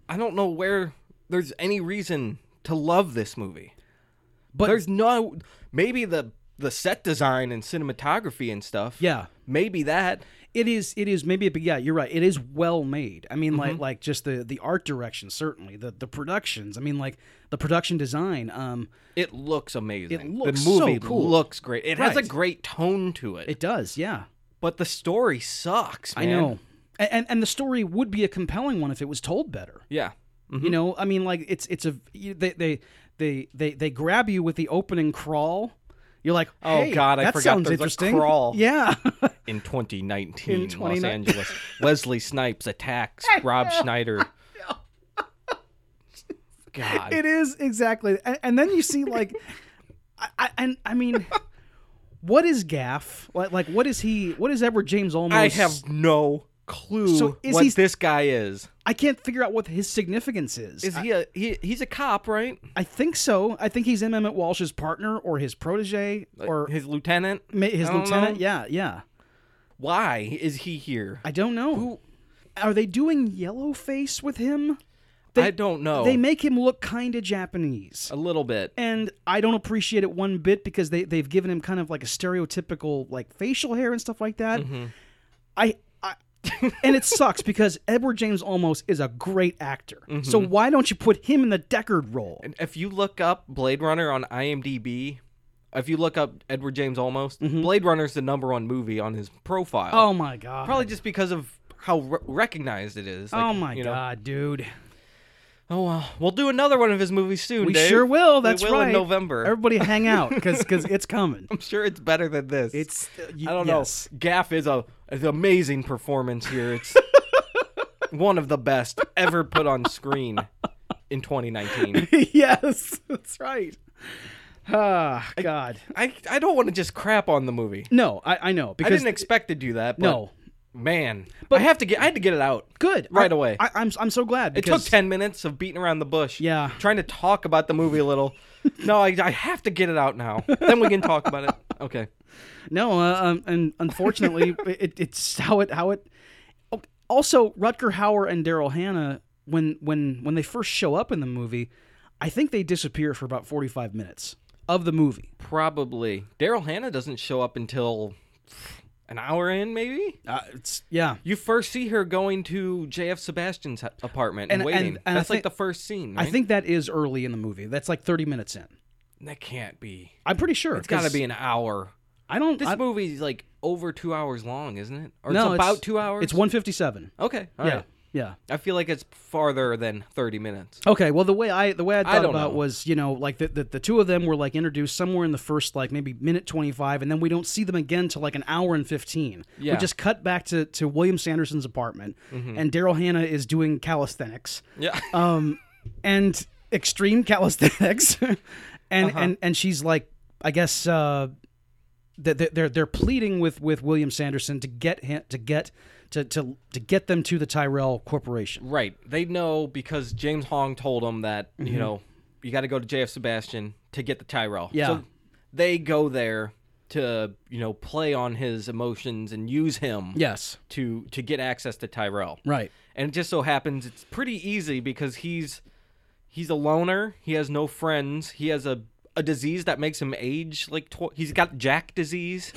[SPEAKER 1] I don't know where there's any reason to love this movie.
[SPEAKER 2] But-
[SPEAKER 1] there's no maybe the the set design and cinematography and stuff.
[SPEAKER 2] yeah
[SPEAKER 1] Maybe that.
[SPEAKER 2] It is. It is maybe. But yeah, you're right. It is well made. I mean,
[SPEAKER 1] Mm-hmm.
[SPEAKER 2] like like just the the art direction, certainly the the productions. I mean, like the production design. Um,
[SPEAKER 1] It looks amazing.
[SPEAKER 2] It looks
[SPEAKER 1] the movie
[SPEAKER 2] so cool.
[SPEAKER 1] looks great. It has a
[SPEAKER 2] Right.
[SPEAKER 1] great tone to it,
[SPEAKER 2] it does. Yeah,
[SPEAKER 1] But the story sucks,
[SPEAKER 2] I
[SPEAKER 1] man.
[SPEAKER 2] know. A- And and the story would be a compelling one if it was told better.
[SPEAKER 1] Yeah. Mm-hmm.
[SPEAKER 2] You know, I mean, like it's it's a you- they they they they they grab you with the opening crawl. You're like,
[SPEAKER 1] Oh,
[SPEAKER 2] hey,
[SPEAKER 1] God, I
[SPEAKER 2] that
[SPEAKER 1] forgot
[SPEAKER 2] sounds
[SPEAKER 1] there's a
[SPEAKER 2] interesting.
[SPEAKER 1] crawl.
[SPEAKER 2] Yeah,
[SPEAKER 1] In 2019,
[SPEAKER 2] In
[SPEAKER 1] Los
[SPEAKER 2] 29
[SPEAKER 1] Angeles, Leslie Snipes attacks Rob Schneider. God.
[SPEAKER 2] it is exactly. And, and then you see like, I, I and I mean. What is Gaff like? Like, what is he? What is Edward James Olmos?
[SPEAKER 1] I have no clue
[SPEAKER 2] So is
[SPEAKER 1] what
[SPEAKER 2] he-
[SPEAKER 1] this guy is.
[SPEAKER 2] I can't figure out what his significance is.
[SPEAKER 1] Is
[SPEAKER 2] I,
[SPEAKER 1] he a he, he's a cop, right?
[SPEAKER 2] I think so. I think he's M. Emmett Walsh's partner or his protege or his,
[SPEAKER 1] His lieutenant?
[SPEAKER 2] his
[SPEAKER 1] I don't
[SPEAKER 2] lieutenant.
[SPEAKER 1] know.
[SPEAKER 2] Yeah, yeah.
[SPEAKER 1] Why is he here?
[SPEAKER 2] I don't know. Are they doing yellow face with him?
[SPEAKER 1] I don't know.
[SPEAKER 2] They make him look kind of Japanese.
[SPEAKER 1] a little bit.
[SPEAKER 2] And I don't appreciate it one bit because they, they've given him kind of like a stereotypical like facial hair and stuff like that.
[SPEAKER 1] Mm-hmm.
[SPEAKER 2] I, I and it sucks because Edward James Olmos is a great actor. So
[SPEAKER 1] Mm-hmm.
[SPEAKER 2] why don't you put him in the Deckard role?
[SPEAKER 1] If you look up Blade Runner on IMDb, if you look up Edward James Olmos, Blade Runner's the number one movie on his profile.
[SPEAKER 2] Mm-hmm. Oh my god.
[SPEAKER 1] Probably just because of how re- recognized it is. like,
[SPEAKER 2] oh my
[SPEAKER 1] you know.
[SPEAKER 2] god, dude.
[SPEAKER 1] Oh well, we'll do another one of his movies soon.
[SPEAKER 2] We
[SPEAKER 1] Dave.
[SPEAKER 2] sure will. That's
[SPEAKER 1] we will
[SPEAKER 2] right.
[SPEAKER 1] in November.
[SPEAKER 2] Everybody hang out because it's coming.
[SPEAKER 1] I'm sure it's better than this.
[SPEAKER 2] It's uh,
[SPEAKER 1] I don't know. Gaff is a is an amazing performance here. It's one of the best ever put on screen in 2019.
[SPEAKER 2] know. yes, that's right. Ah, god.
[SPEAKER 1] I I don't want to just crap on the movie.
[SPEAKER 2] No, I, I know
[SPEAKER 1] I
[SPEAKER 2] because
[SPEAKER 1] didn't expect to do that. But
[SPEAKER 2] no.
[SPEAKER 1] man, but I have to get I had to get it out.
[SPEAKER 2] Good.
[SPEAKER 1] Right
[SPEAKER 2] I-
[SPEAKER 1] away.
[SPEAKER 2] I, I'm I'm so glad
[SPEAKER 1] It
[SPEAKER 2] because
[SPEAKER 1] took 10 minutes of beating around the bush.
[SPEAKER 2] Yeah.
[SPEAKER 1] Trying to talk about the movie a little. no, I, I have to get it out now. Then we can talk about it. Okay.
[SPEAKER 2] No, uh, um, and unfortunately, it, it's how it how it. oh, Also, Rutger Hauer and Daryl Hannah, when when when they first show up in the movie, I think they disappear for about 45 minutes of the movie.
[SPEAKER 1] Probably. Daryl Hannah doesn't show up until an hour in, maybe?
[SPEAKER 2] Uh, it's yeah.
[SPEAKER 1] You first see her going to J.F. Sebastian's apartment and,
[SPEAKER 2] And- and-
[SPEAKER 1] waiting.
[SPEAKER 2] and I
[SPEAKER 1] That's like
[SPEAKER 2] think-
[SPEAKER 1] the first scene,
[SPEAKER 2] I
[SPEAKER 1] right?
[SPEAKER 2] think that is early in the movie. That's like 30 minutes in.
[SPEAKER 1] that can't be.
[SPEAKER 2] I'm pretty sure.
[SPEAKER 1] It's got to be an hour.
[SPEAKER 2] I don't.
[SPEAKER 1] This
[SPEAKER 2] I,
[SPEAKER 1] movie's like over two hours long, isn't it? Or
[SPEAKER 2] no,
[SPEAKER 1] it's about two hours?
[SPEAKER 2] It's 157.
[SPEAKER 1] Okay. all
[SPEAKER 2] yeah.
[SPEAKER 1] right.
[SPEAKER 2] Yeah.
[SPEAKER 1] I feel like it's farther than 30 minutes.
[SPEAKER 2] Okay, well the way I the way I thought
[SPEAKER 1] don't
[SPEAKER 2] about
[SPEAKER 1] know.
[SPEAKER 2] was you know like the, the the two of them were like introduced somewhere in the first like maybe minute twenty five, and then we don't see them again till like an hour and fifteen.
[SPEAKER 1] Yeah.
[SPEAKER 2] We just cut back to to William Sanderson's apartment, and Daryl Hannah is doing calisthenics,
[SPEAKER 1] Yeah.
[SPEAKER 2] um, and extreme calisthenics, and and and she's like I guess uh, that that they're they're pleading with with William Sanderson to get him to get to to to get them to the Tyrell Corporation.
[SPEAKER 1] right. They know because James Hong told them that, you know, you got to go to JF Sebastian to get the Tyrell.
[SPEAKER 2] Yeah.
[SPEAKER 1] So they go there to, you know, play on his emotions and use him
[SPEAKER 2] Yes.
[SPEAKER 1] to to get access to Tyrell.
[SPEAKER 2] Right.
[SPEAKER 1] And it just so happens it's pretty easy because he's he's a loner, he has no friends, he has a a disease that makes him age like tw- he's got Jack disease.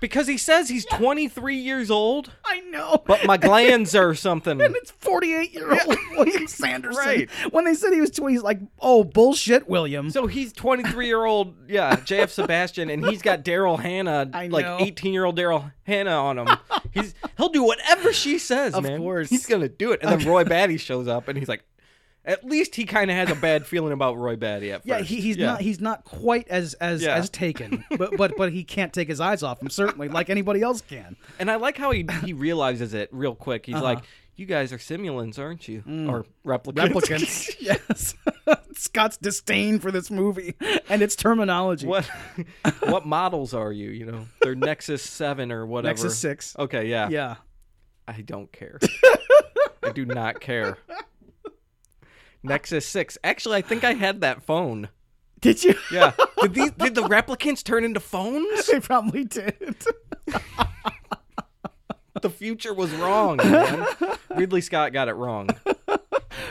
[SPEAKER 1] because he says he's 23 years old.
[SPEAKER 2] I know.
[SPEAKER 1] but my glands are something.
[SPEAKER 2] It's 48 year old William Sanderson.
[SPEAKER 1] Right.
[SPEAKER 2] When they said he was 20, he's like, oh, bullshit, William.
[SPEAKER 1] So he's 23 year old, yeah, JF Sebastian, and he's got Daryl Hannah,
[SPEAKER 2] I
[SPEAKER 1] like
[SPEAKER 2] know.
[SPEAKER 1] 18 year old Daryl Hannah on him. He's he'll do whatever she says,
[SPEAKER 2] Of
[SPEAKER 1] man.
[SPEAKER 2] course.
[SPEAKER 1] he's gonna do it. And then Roy Batty shows up, and he's like, at least he kind of has a bad feeling about Roy Batty at first.
[SPEAKER 2] yeah, he, he's not he's not quite as as
[SPEAKER 1] Yeah.
[SPEAKER 2] as taken, but but but he can't take his eyes off him certainly, like anybody else can.
[SPEAKER 1] And I like how he he realizes it real quick. He's
[SPEAKER 2] Uh-huh.
[SPEAKER 1] like, "You guys are simulants, aren't you? Or replicants?"
[SPEAKER 2] Mm. Replicants, yes. Scott's disdain for this movie and its terminology.
[SPEAKER 1] what what models are you? You know, they're Nexus Seven or whatever.
[SPEAKER 2] Nexus Six?
[SPEAKER 1] Okay,
[SPEAKER 2] Yeah,
[SPEAKER 1] I don't care. I do not care. Nexus 6. Actually, I think I had that phone.
[SPEAKER 2] did you?
[SPEAKER 1] Yeah. Did, these, did the replicants turn into phones?
[SPEAKER 2] they probably did.
[SPEAKER 1] The future was wrong. Man. Ridley Scott got it wrong.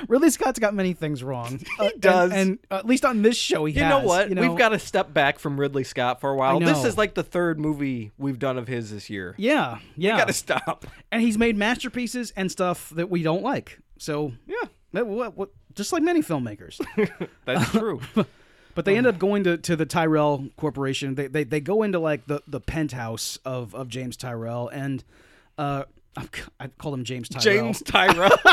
[SPEAKER 2] Ridley Scott's got many things wrong. He
[SPEAKER 1] does.
[SPEAKER 2] and, uh, at least on this show, he
[SPEAKER 1] You
[SPEAKER 2] has.
[SPEAKER 1] know what?
[SPEAKER 2] You know?
[SPEAKER 1] We've got to step back from Ridley Scott for a while. This
[SPEAKER 2] know.
[SPEAKER 1] is like the third movie we've done of his this year.
[SPEAKER 2] yeah, yeah.
[SPEAKER 1] Got to stop.
[SPEAKER 2] and he's made masterpieces and stuff that we don't like. So
[SPEAKER 1] Yeah,
[SPEAKER 2] that- what, what, just like many filmmakers,
[SPEAKER 1] that's true.
[SPEAKER 2] but they end up going to, to the Tyrell Corporation. They, they they go into like the, the penthouse of, of James Tyrell and uh, I'm c- I call him James Tyrell.
[SPEAKER 1] James Tyrell,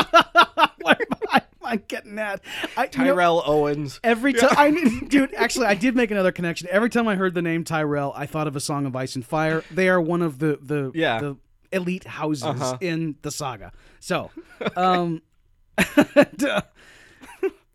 [SPEAKER 2] why am I, am I getting that? I, you know,
[SPEAKER 1] Tyrell Owens.
[SPEAKER 2] Every time, I need- dude, actually, I did make another connection. Every time I heard the name Tyrell, I thought of a Song of Ice and Fire. They are one of the the,
[SPEAKER 1] Yeah. Uh-huh.
[SPEAKER 2] the elite houses in the saga. So, um, duh.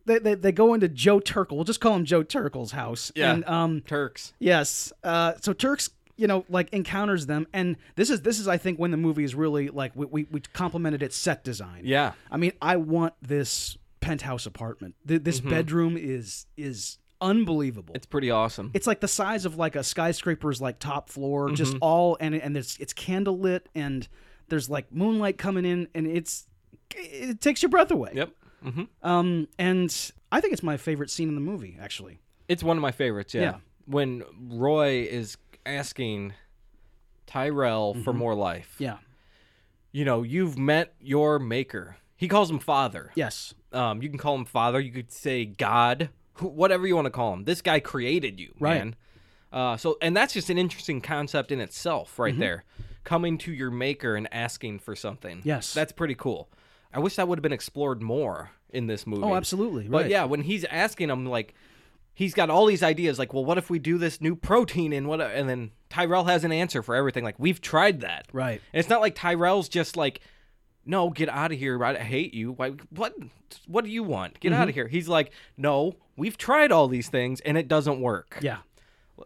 [SPEAKER 2] they, they they go into Joe Turkel. We'll just call him Joe Turkel's house.
[SPEAKER 1] Yeah.
[SPEAKER 2] And um,
[SPEAKER 1] Turks.
[SPEAKER 2] yes, uh, so Turks. You know, like encounters them, and this is this is I think when the movie is really like we we, we complimented its set design.
[SPEAKER 1] Yeah.
[SPEAKER 2] I mean, I want this penthouse apartment. Th- this bedroom is is unbelievable. It's,
[SPEAKER 1] Mm-hmm. It's pretty awesome.
[SPEAKER 2] like the size of like a skyscraper's like top floor, just
[SPEAKER 1] Mm-hmm.
[SPEAKER 2] all and and it's it's candlelit and there's like moonlight coming in and it's it takes your breath away.
[SPEAKER 1] Yep. hmm
[SPEAKER 2] Um and I think it's my favorite scene in the movie actually.
[SPEAKER 1] It's one of my favorites, yeah.
[SPEAKER 2] Yeah.
[SPEAKER 1] When Roy is asking Tyrell for more life.
[SPEAKER 2] Mm-hmm. Yeah.
[SPEAKER 1] You know, you've met your maker. He calls him father.
[SPEAKER 2] Yes.
[SPEAKER 1] Um, you can call him father. You could say God, who, whatever you want to call him. This guy created you,
[SPEAKER 2] Right.
[SPEAKER 1] man. Uh, so, and that's just an interesting concept in itself,
[SPEAKER 2] Mm-hmm.
[SPEAKER 1] right there. Coming to your maker and asking for something.
[SPEAKER 2] Yes.
[SPEAKER 1] that's pretty cool. I wish that would have been explored more in this movie.
[SPEAKER 2] Oh, absolutely. Right.
[SPEAKER 1] But yeah, when he's asking him, like, he's got all these ideas, like, well, what if we do this new protein and what? And then Tyrell has an answer for everything. Like, we've tried that.
[SPEAKER 2] Right.
[SPEAKER 1] And it's not like Tyrell's just like, no, get out of here. I hate you. Why? What? What do you want? Get
[SPEAKER 2] Mm-hmm.
[SPEAKER 1] out of here. He's like, no, we've tried all these things and it doesn't work.
[SPEAKER 2] Yeah.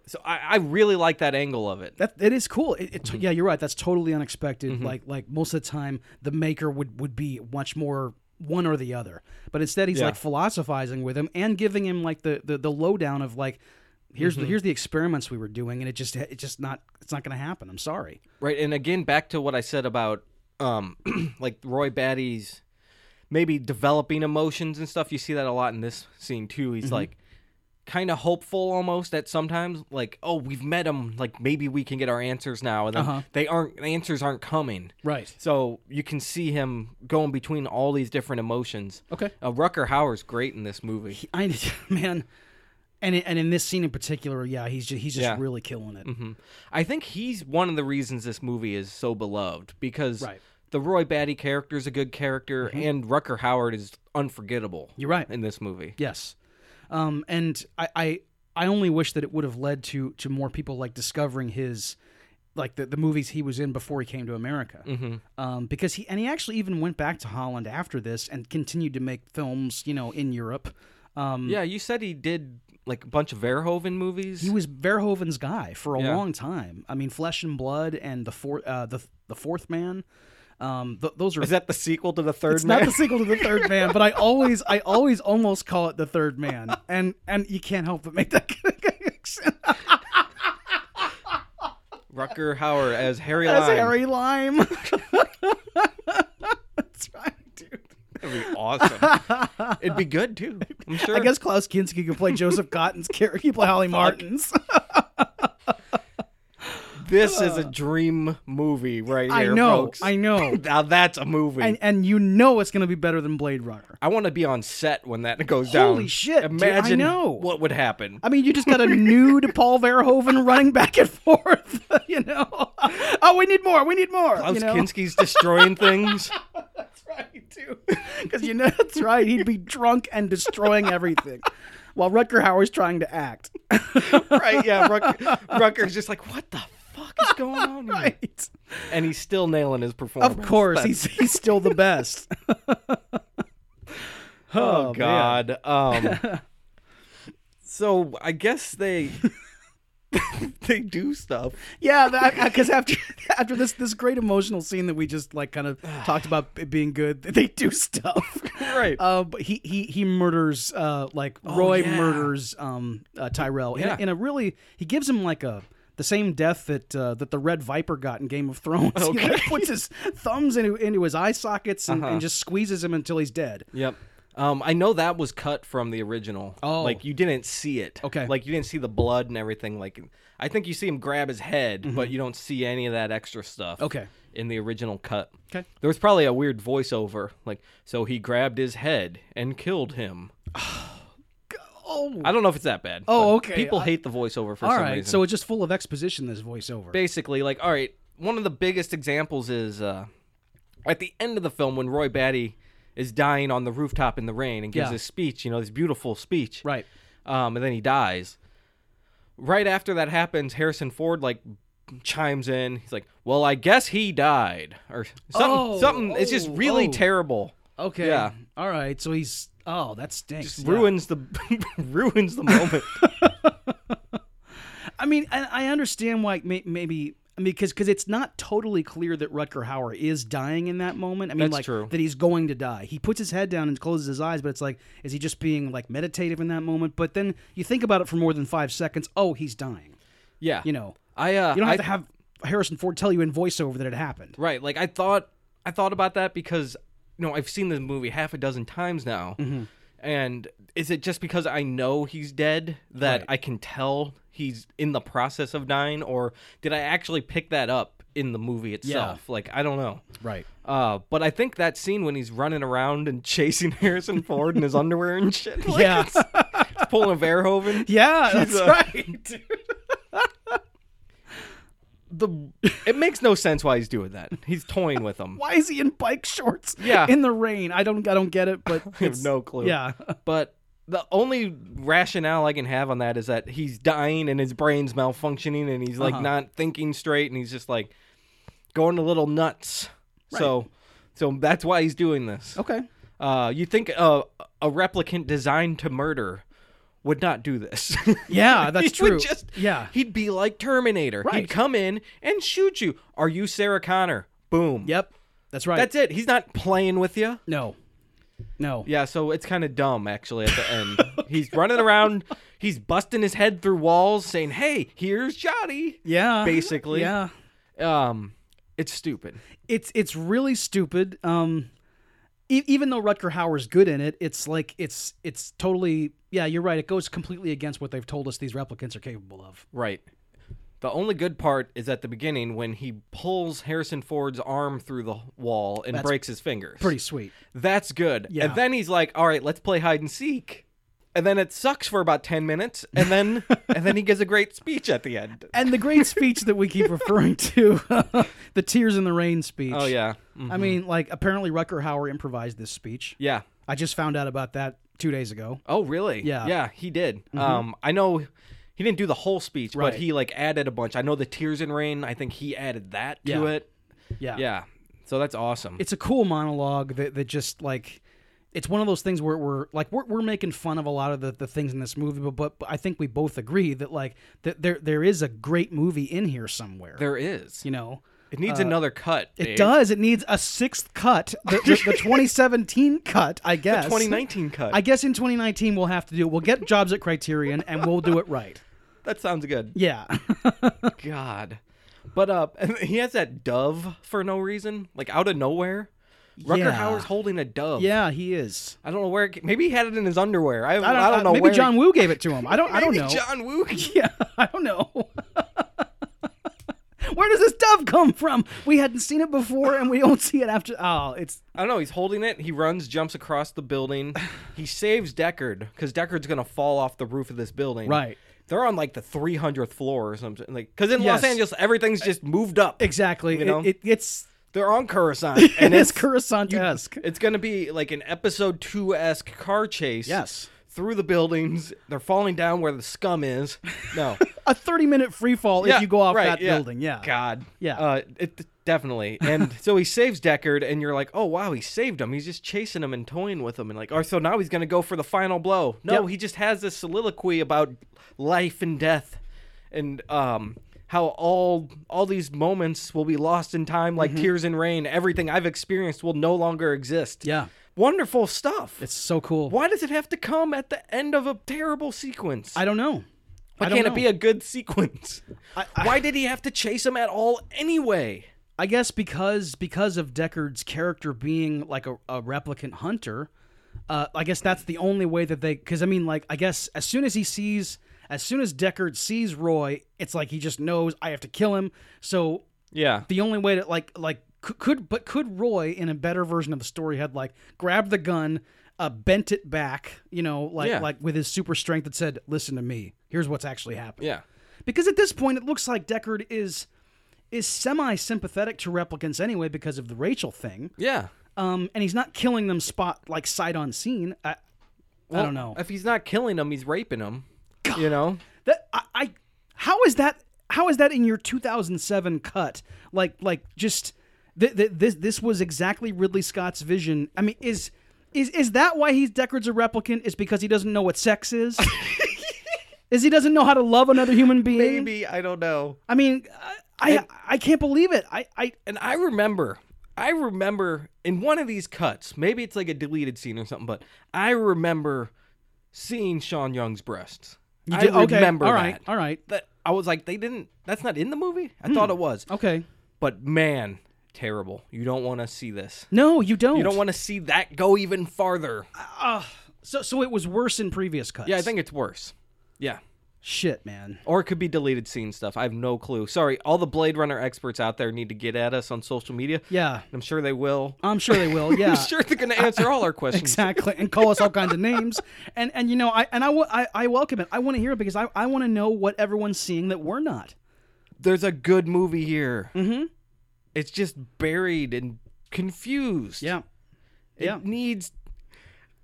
[SPEAKER 1] So I, I really like that angle of it.
[SPEAKER 2] That it is cool. It, it, Yeah, you're right. That's totally unexpected. Like like most of the time, the maker would would be much more one or the other. But instead, he's
[SPEAKER 1] Yeah.
[SPEAKER 2] like philosophizing with him and giving him like the the, the lowdown of like here's the, here's the experiments we were doing, and it just it just not it's not going to happen. I'm sorry.
[SPEAKER 1] Right. And again, back to what I said about um, like Roy Batty's. maybe developing emotions and stuff. You see that a lot in this scene too.
[SPEAKER 2] Mm-hmm.
[SPEAKER 1] He's like kind of hopeful almost at sometimes like oh we've met him like maybe we can get our answers now and then
[SPEAKER 2] Uh-huh.
[SPEAKER 1] they aren't the answers aren't coming
[SPEAKER 2] Right.
[SPEAKER 1] so you can see him going between all these different emotions
[SPEAKER 2] Okay.
[SPEAKER 1] uh, rucker hauer's great in this movie
[SPEAKER 2] I man, and and in this scene in particular, yeah, he's just, he's just
[SPEAKER 1] Yeah.
[SPEAKER 2] really killing it.
[SPEAKER 1] Mhm. I think he's one of the reasons this movie is so beloved because
[SPEAKER 2] Right. Mm-hmm.
[SPEAKER 1] the Roy Batty character is a good character, and Rucker Howard is unforgettable.
[SPEAKER 2] You're right.
[SPEAKER 1] in this movie.
[SPEAKER 2] Yes, um, and I, I I only wish that it would have led to to more people like discovering his like the, the movies he was in before he came to America. Mm-hmm. Um, because he and he actually even went back to Holland after this and continued to make films, you know, in Europe. Um,
[SPEAKER 1] Yeah, you said he did like a bunch of Verhoeven movies.
[SPEAKER 2] He was Verhoeven's guy for a
[SPEAKER 1] Yeah.
[SPEAKER 2] long time. I mean, Flesh and Blood and the four, uh, the the Fourth Man. Um, th- those are
[SPEAKER 1] is that the sequel to the third?
[SPEAKER 2] It's not the sequel to the Third Man, but I always, I always almost call it the Third Man, and and you can't help but make that connection
[SPEAKER 1] Rucker Howard as Harry
[SPEAKER 2] as
[SPEAKER 1] Lime.
[SPEAKER 2] Harry Lime. That's right, dude.
[SPEAKER 1] That'd be awesome. It'd be good too. I'm sure.
[SPEAKER 2] I guess Klaus Kinski could play Joseph Cotton's character. He could play Holly Martin's.
[SPEAKER 1] this is a dream movie right
[SPEAKER 2] uh, I
[SPEAKER 1] here,
[SPEAKER 2] know,
[SPEAKER 1] folks.
[SPEAKER 2] I know,
[SPEAKER 1] now that's a movie.
[SPEAKER 2] and and you know it's going to be better than Blade Runner.
[SPEAKER 1] I want to be on set when that goes down.
[SPEAKER 2] Holy shit, dude, I
[SPEAKER 1] Imagine
[SPEAKER 2] know.
[SPEAKER 1] what would happen.
[SPEAKER 2] I mean, you just got a nude Paul Verhoeven running back and forth. You know, oh, we need more. We need more.
[SPEAKER 1] Klaus
[SPEAKER 2] you know?
[SPEAKER 1] Kinski's destroying things.
[SPEAKER 2] right too because you know that's right he'd be drunk and destroying everything while rutger hauer's trying to act
[SPEAKER 1] right, yeah. Ruck, Rucker's just like, what the fuck is going on? here?"
[SPEAKER 2] right
[SPEAKER 1] And he's still nailing his performance.
[SPEAKER 2] of course
[SPEAKER 1] That's-
[SPEAKER 2] he's, he's still the best
[SPEAKER 1] oh,
[SPEAKER 2] man.
[SPEAKER 1] God. Um, so I guess they they do stuff.
[SPEAKER 2] yeah because after after this this great emotional scene that we just like kind of talked about it being good they do stuff
[SPEAKER 1] Right. Oh,
[SPEAKER 2] Uh, but he he he murders uh like Roy
[SPEAKER 1] yeah.
[SPEAKER 2] murders um uh, Tyrell in,
[SPEAKER 1] Yeah.
[SPEAKER 2] a, in a really he gives him like a the same death that uh, that the Red Viper got in Game of Thrones. He like, puts his thumbs into into his eye sockets
[SPEAKER 1] Uh-huh.
[SPEAKER 2] and, and just squeezes him until he's dead.
[SPEAKER 1] yep. Um, I know that was cut from the original.
[SPEAKER 2] Oh.
[SPEAKER 1] Like you didn't see it.
[SPEAKER 2] Okay.
[SPEAKER 1] Like you didn't see the blood and everything. Like I think you see him grab his head, but you don't see any of that extra stuff.
[SPEAKER 2] Okay.
[SPEAKER 1] In the original cut.
[SPEAKER 2] Okay.
[SPEAKER 1] There was probably a weird voiceover, like so he grabbed his head and killed him.
[SPEAKER 2] Oh,
[SPEAKER 1] I don't know if it's that bad.
[SPEAKER 2] Oh,
[SPEAKER 1] but
[SPEAKER 2] okay.
[SPEAKER 1] People
[SPEAKER 2] I-
[SPEAKER 1] hate the voiceover for
[SPEAKER 2] all
[SPEAKER 1] some
[SPEAKER 2] right.
[SPEAKER 1] reason.
[SPEAKER 2] So it's just full of exposition. This voiceover.
[SPEAKER 1] basically, like, all right, one of the biggest examples is uh, at the end of the film when Roy Batty is dying on the rooftop in the rain and gives
[SPEAKER 2] Yeah.
[SPEAKER 1] his speech, you know, this beautiful speech,
[SPEAKER 2] right.
[SPEAKER 1] Um, and then he dies. Right after that happens, Harrison Ford like chimes in. He's like, "Well, I guess he died," or something.
[SPEAKER 2] Oh,
[SPEAKER 1] something. it's just
[SPEAKER 2] oh,
[SPEAKER 1] really
[SPEAKER 2] oh.
[SPEAKER 1] terrible.
[SPEAKER 2] Okay.
[SPEAKER 1] Yeah.
[SPEAKER 2] All right. So he's oh that stinks.
[SPEAKER 1] Just
[SPEAKER 2] Yeah.
[SPEAKER 1] ruins the ruins the moment.
[SPEAKER 2] I mean, I, I understand why may, maybe I mean, because because it's not totally clear that Rutger Hauer is dying in that moment. I mean,
[SPEAKER 1] That's
[SPEAKER 2] like
[SPEAKER 1] true.
[SPEAKER 2] that he's going to die. He puts his head down and closes his eyes, but it's like, is he just being like meditative in that moment? But then you think about it for more than five seconds. Oh, he's dying.
[SPEAKER 1] yeah,
[SPEAKER 2] You know,
[SPEAKER 1] I uh,
[SPEAKER 2] you don't have
[SPEAKER 1] I,
[SPEAKER 2] to have Harrison Ford tell you in voiceover that it happened.
[SPEAKER 1] Right. Like I thought I thought about that because you know, I've seen this movie half a dozen times now.
[SPEAKER 2] Mm-hmm.
[SPEAKER 1] And is it just because I know he's dead that I can tell he's in the process of dying or did I actually pick that up in the movie itself? Like I don't know.
[SPEAKER 2] Right.
[SPEAKER 1] Uh, but I think that scene when he's running around and chasing Harrison Ford in his underwear and shit, like
[SPEAKER 2] Yeah.
[SPEAKER 1] it's pulling a Verhoeven.
[SPEAKER 2] Yeah, that's
[SPEAKER 1] He's, uh,
[SPEAKER 2] right.
[SPEAKER 1] The it makes no sense why he's doing that. He's toying with him.
[SPEAKER 2] Why is he in bike shorts?
[SPEAKER 1] Yeah.
[SPEAKER 2] in the rain. I don't. I don't get it. But
[SPEAKER 1] I have no clue.
[SPEAKER 2] yeah,
[SPEAKER 1] But the only rationale I can have on that is that he's dying and his brain's malfunctioning and he's like
[SPEAKER 2] Uh-huh.
[SPEAKER 1] not thinking straight and he's just like going a little nuts. So so that's why he's doing this.
[SPEAKER 2] okay.
[SPEAKER 1] Uh, you think uh, a replicant designed to murder would not do this.
[SPEAKER 2] Yeah, that's
[SPEAKER 1] He
[SPEAKER 2] true.
[SPEAKER 1] Would just,
[SPEAKER 2] yeah,
[SPEAKER 1] He'd be like Terminator.
[SPEAKER 2] Right.
[SPEAKER 1] He'd come in and shoot you. Are you Sarah Connor? Boom.
[SPEAKER 2] Yep. That's right.
[SPEAKER 1] That's it. He's not playing with you.
[SPEAKER 2] no. No.
[SPEAKER 1] Yeah, so it's kind of dumb actually at the end. he's running around, he's busting his head through walls saying, "Hey, here's Johnny."
[SPEAKER 2] Yeah.
[SPEAKER 1] Basically.
[SPEAKER 2] Yeah.
[SPEAKER 1] Um it's stupid.
[SPEAKER 2] It's it's really stupid. Um e- even though Rutger Hauer's good in it, it's like it's it's totally yeah, you're right. It goes completely against what they've told us these replicants are capable of.
[SPEAKER 1] Right. The only good part is at the beginning when he pulls Harrison Ford's arm through the wall and breaks his fingers.
[SPEAKER 2] Pretty sweet.
[SPEAKER 1] That's good.
[SPEAKER 2] Yeah.
[SPEAKER 1] And then he's like, "All right, let's play hide and seek." And then it sucks for about 10 minutes, and then and then he gives a great speech at the end.
[SPEAKER 2] And the great speech that we keep referring to, the tears in the rain speech.
[SPEAKER 1] Oh yeah. Mm.
[SPEAKER 2] I mean, like apparently Rucker Hauer improvised this speech.
[SPEAKER 1] Yeah.
[SPEAKER 2] I just found out about that two days ago.
[SPEAKER 1] Oh, really?
[SPEAKER 2] Yeah. Mm-hmm.
[SPEAKER 1] Yeah, he did. Um, I know he didn't do the whole speech,
[SPEAKER 2] Right.
[SPEAKER 1] but he like added a bunch. I know the tears in rain. I think he added that to
[SPEAKER 2] Yeah.
[SPEAKER 1] it.
[SPEAKER 2] Yeah.
[SPEAKER 1] Yeah. So that's awesome.
[SPEAKER 2] It's a cool monologue that, that just like it's one of those things where we're like we're, we're making fun of a lot of the, the things in this movie, but, but I think we both agree that like that there there is a great movie in here somewhere.
[SPEAKER 1] there is.
[SPEAKER 2] you know. uh,
[SPEAKER 1] It needs another cut.
[SPEAKER 2] It
[SPEAKER 1] Dave.
[SPEAKER 2] does. It needs a sixth cut, the, the, the 2017 cut, I guess.
[SPEAKER 1] 2019 cut.
[SPEAKER 2] I guess in 2019 we'll have to do. We'll get jobs at Criterion and we'll do it right.
[SPEAKER 1] that sounds good.
[SPEAKER 2] Yeah.
[SPEAKER 1] God. But uh, and he has that dove for no reason, like out of nowhere. Rucker
[SPEAKER 2] Yeah.
[SPEAKER 1] Howard's holding a dove.
[SPEAKER 2] yeah, he is.
[SPEAKER 1] I don't know where. It, maybe he had it in his underwear. I, I, don't, know.
[SPEAKER 2] Maybe
[SPEAKER 1] where
[SPEAKER 2] John Woo gave it to him. I don't. I don't
[SPEAKER 1] Maybe
[SPEAKER 2] know.
[SPEAKER 1] John Woo.
[SPEAKER 2] Yeah, I don't know. Where does this dove come from? We hadn't seen it before, and we don't see it after. Oh, it's
[SPEAKER 1] I don't know. He's holding it. He runs, jumps across the building. He saves Deckard because Deckard's gonna fall off the roof of this building.
[SPEAKER 2] Right.
[SPEAKER 1] They're on like the 300th floor or something. Like, because in
[SPEAKER 2] Yes.
[SPEAKER 1] Los Angeles, everything's just moved up.
[SPEAKER 2] exactly.
[SPEAKER 1] You know?
[SPEAKER 2] It, it, it's
[SPEAKER 1] They're on Coruscant, and
[SPEAKER 2] it is
[SPEAKER 1] it's
[SPEAKER 2] coruscant esque.
[SPEAKER 1] it's gonna be like an episode two esque car chase.
[SPEAKER 2] Yes.
[SPEAKER 1] Through the buildings, they're falling down where the scum is. No.
[SPEAKER 2] A thirty-minute free fall
[SPEAKER 1] Yeah,
[SPEAKER 2] if you go off
[SPEAKER 1] right,
[SPEAKER 2] that building. Yeah.
[SPEAKER 1] God.
[SPEAKER 2] Yeah.
[SPEAKER 1] Uh, it, definitely. And so he saves Deckard, and you're like, oh, wow, he saved him. He's just chasing him and toying with him. And like, oh, so now he's going to go for the final blow. No,
[SPEAKER 2] Yep.
[SPEAKER 1] he just has this soliloquy about life and death and um, how all all these moments will be lost in time
[SPEAKER 2] Mm-hmm.
[SPEAKER 1] like tears in rain. Everything I've experienced will no longer exist.
[SPEAKER 2] Yeah.
[SPEAKER 1] Wonderful stuff.
[SPEAKER 2] It's so cool.
[SPEAKER 1] Why does it have to come at the end of a terrible sequence?
[SPEAKER 2] I don't know.
[SPEAKER 1] Why
[SPEAKER 2] I don't
[SPEAKER 1] can't
[SPEAKER 2] know.
[SPEAKER 1] it be a good sequence?
[SPEAKER 2] I- I-
[SPEAKER 1] Why did he have to chase him at all anyway?
[SPEAKER 2] I guess because because of Deckard's character being like a, a replicant hunter, uh, I guess that's the only way that they. Because I mean, like, I guess as soon as he sees, as soon as Deckard sees Roy, it's like he just knows I have to kill him. So
[SPEAKER 1] Yeah.
[SPEAKER 2] the only way to like like c- could but could Roy in a better version of the story had like grabbed the gun, uh, bent it back, you know, like
[SPEAKER 1] Yeah.
[SPEAKER 2] like with his super strength and said, "Listen to me. Here's what's actually happening."
[SPEAKER 1] Yeah.
[SPEAKER 2] because at this point it looks like Deckard is is semi sympathetic to replicants anyway because of the Rachel thing,
[SPEAKER 1] Yeah.
[SPEAKER 2] um, and he's not killing them spot like sight on scene. I, I don't know
[SPEAKER 1] If he's not killing him, he's raping him. You know?
[SPEAKER 2] that I, I how is that how is that in your 2007 cut like like just th- th- this this was exactly Ridley Scott's vision. I mean is. Is, is that why he's Deckard's a replicant? Is because he doesn't know what sex is? is he doesn't know how to love another human being?
[SPEAKER 1] I don't know.
[SPEAKER 2] I mean, I I, I can't believe it. I, I
[SPEAKER 1] And I remember, I remember in one of these cuts, maybe it's like a deleted scene or something, but I remember seeing Sean Young's breasts. You
[SPEAKER 2] did-
[SPEAKER 1] I
[SPEAKER 2] okay,
[SPEAKER 1] remember
[SPEAKER 2] all right, Hmm.
[SPEAKER 1] that.
[SPEAKER 2] all right.
[SPEAKER 1] That I was like, they didn't. That's not in the movie. I thought it was.
[SPEAKER 2] Okay.
[SPEAKER 1] But man, terrible. You don't want to see this.
[SPEAKER 2] No, you don't.
[SPEAKER 1] You don't want to see that go even farther.
[SPEAKER 2] So so it was worse in previous cuts.
[SPEAKER 1] Yeah, I think it's worse. Yeah.
[SPEAKER 2] shit, man.
[SPEAKER 1] Or it could be deleted scene stuff. I have no clue. Sorry, all the Blade Runner experts out there need to get at us on social media.
[SPEAKER 2] Yeah,
[SPEAKER 1] I'm sure they will.
[SPEAKER 2] I'm sure they will. Yeah.
[SPEAKER 1] I'm sure they're going to answer all our questions.
[SPEAKER 2] Exactly, and call us all kinds of names, and and you know, I and I wa- I, I welcome it. I want to hear it because I, I want to know what everyone's seeing that we're not.
[SPEAKER 1] There's a good movie here. Mm-hmm. It's just buried and confused. It
[SPEAKER 2] yeah.
[SPEAKER 1] needs.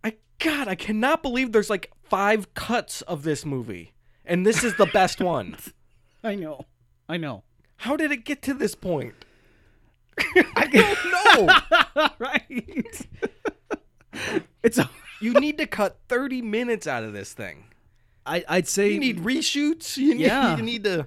[SPEAKER 1] I God, I cannot believe there's like five cuts of this movie, and this is the best one.
[SPEAKER 2] I know, I know.
[SPEAKER 1] How did it get to this point? I don't know.
[SPEAKER 2] right. it's a,
[SPEAKER 1] You need to cut 30 minutes out of this thing.
[SPEAKER 2] I I'd say
[SPEAKER 1] You need reshoots. You need,
[SPEAKER 2] Yeah.
[SPEAKER 1] you need to.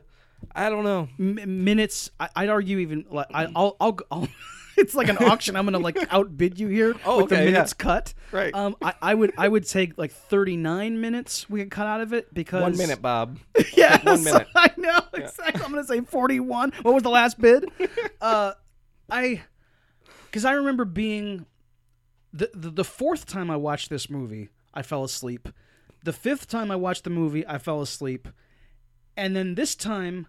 [SPEAKER 1] I don't know.
[SPEAKER 2] m- minutes. I, I'd argue even like I, I'll, I'll I'll it's like an auction. I'm gonna like outbid you here
[SPEAKER 1] Oh,
[SPEAKER 2] with
[SPEAKER 1] okay,
[SPEAKER 2] the
[SPEAKER 1] yeah.
[SPEAKER 2] minutes cut.
[SPEAKER 1] Right.
[SPEAKER 2] Um, I, I would I would take like 39 minutes we could cut out of it because
[SPEAKER 1] One minute, Bob.
[SPEAKER 2] Yes,
[SPEAKER 1] one minute.
[SPEAKER 2] I know exactly. I'm gonna say 41. What was the last bid? uh, I because I remember being the, the the fourth time I watched this movie, I fell asleep. The fifth time I watched the movie, I fell asleep. And then this time,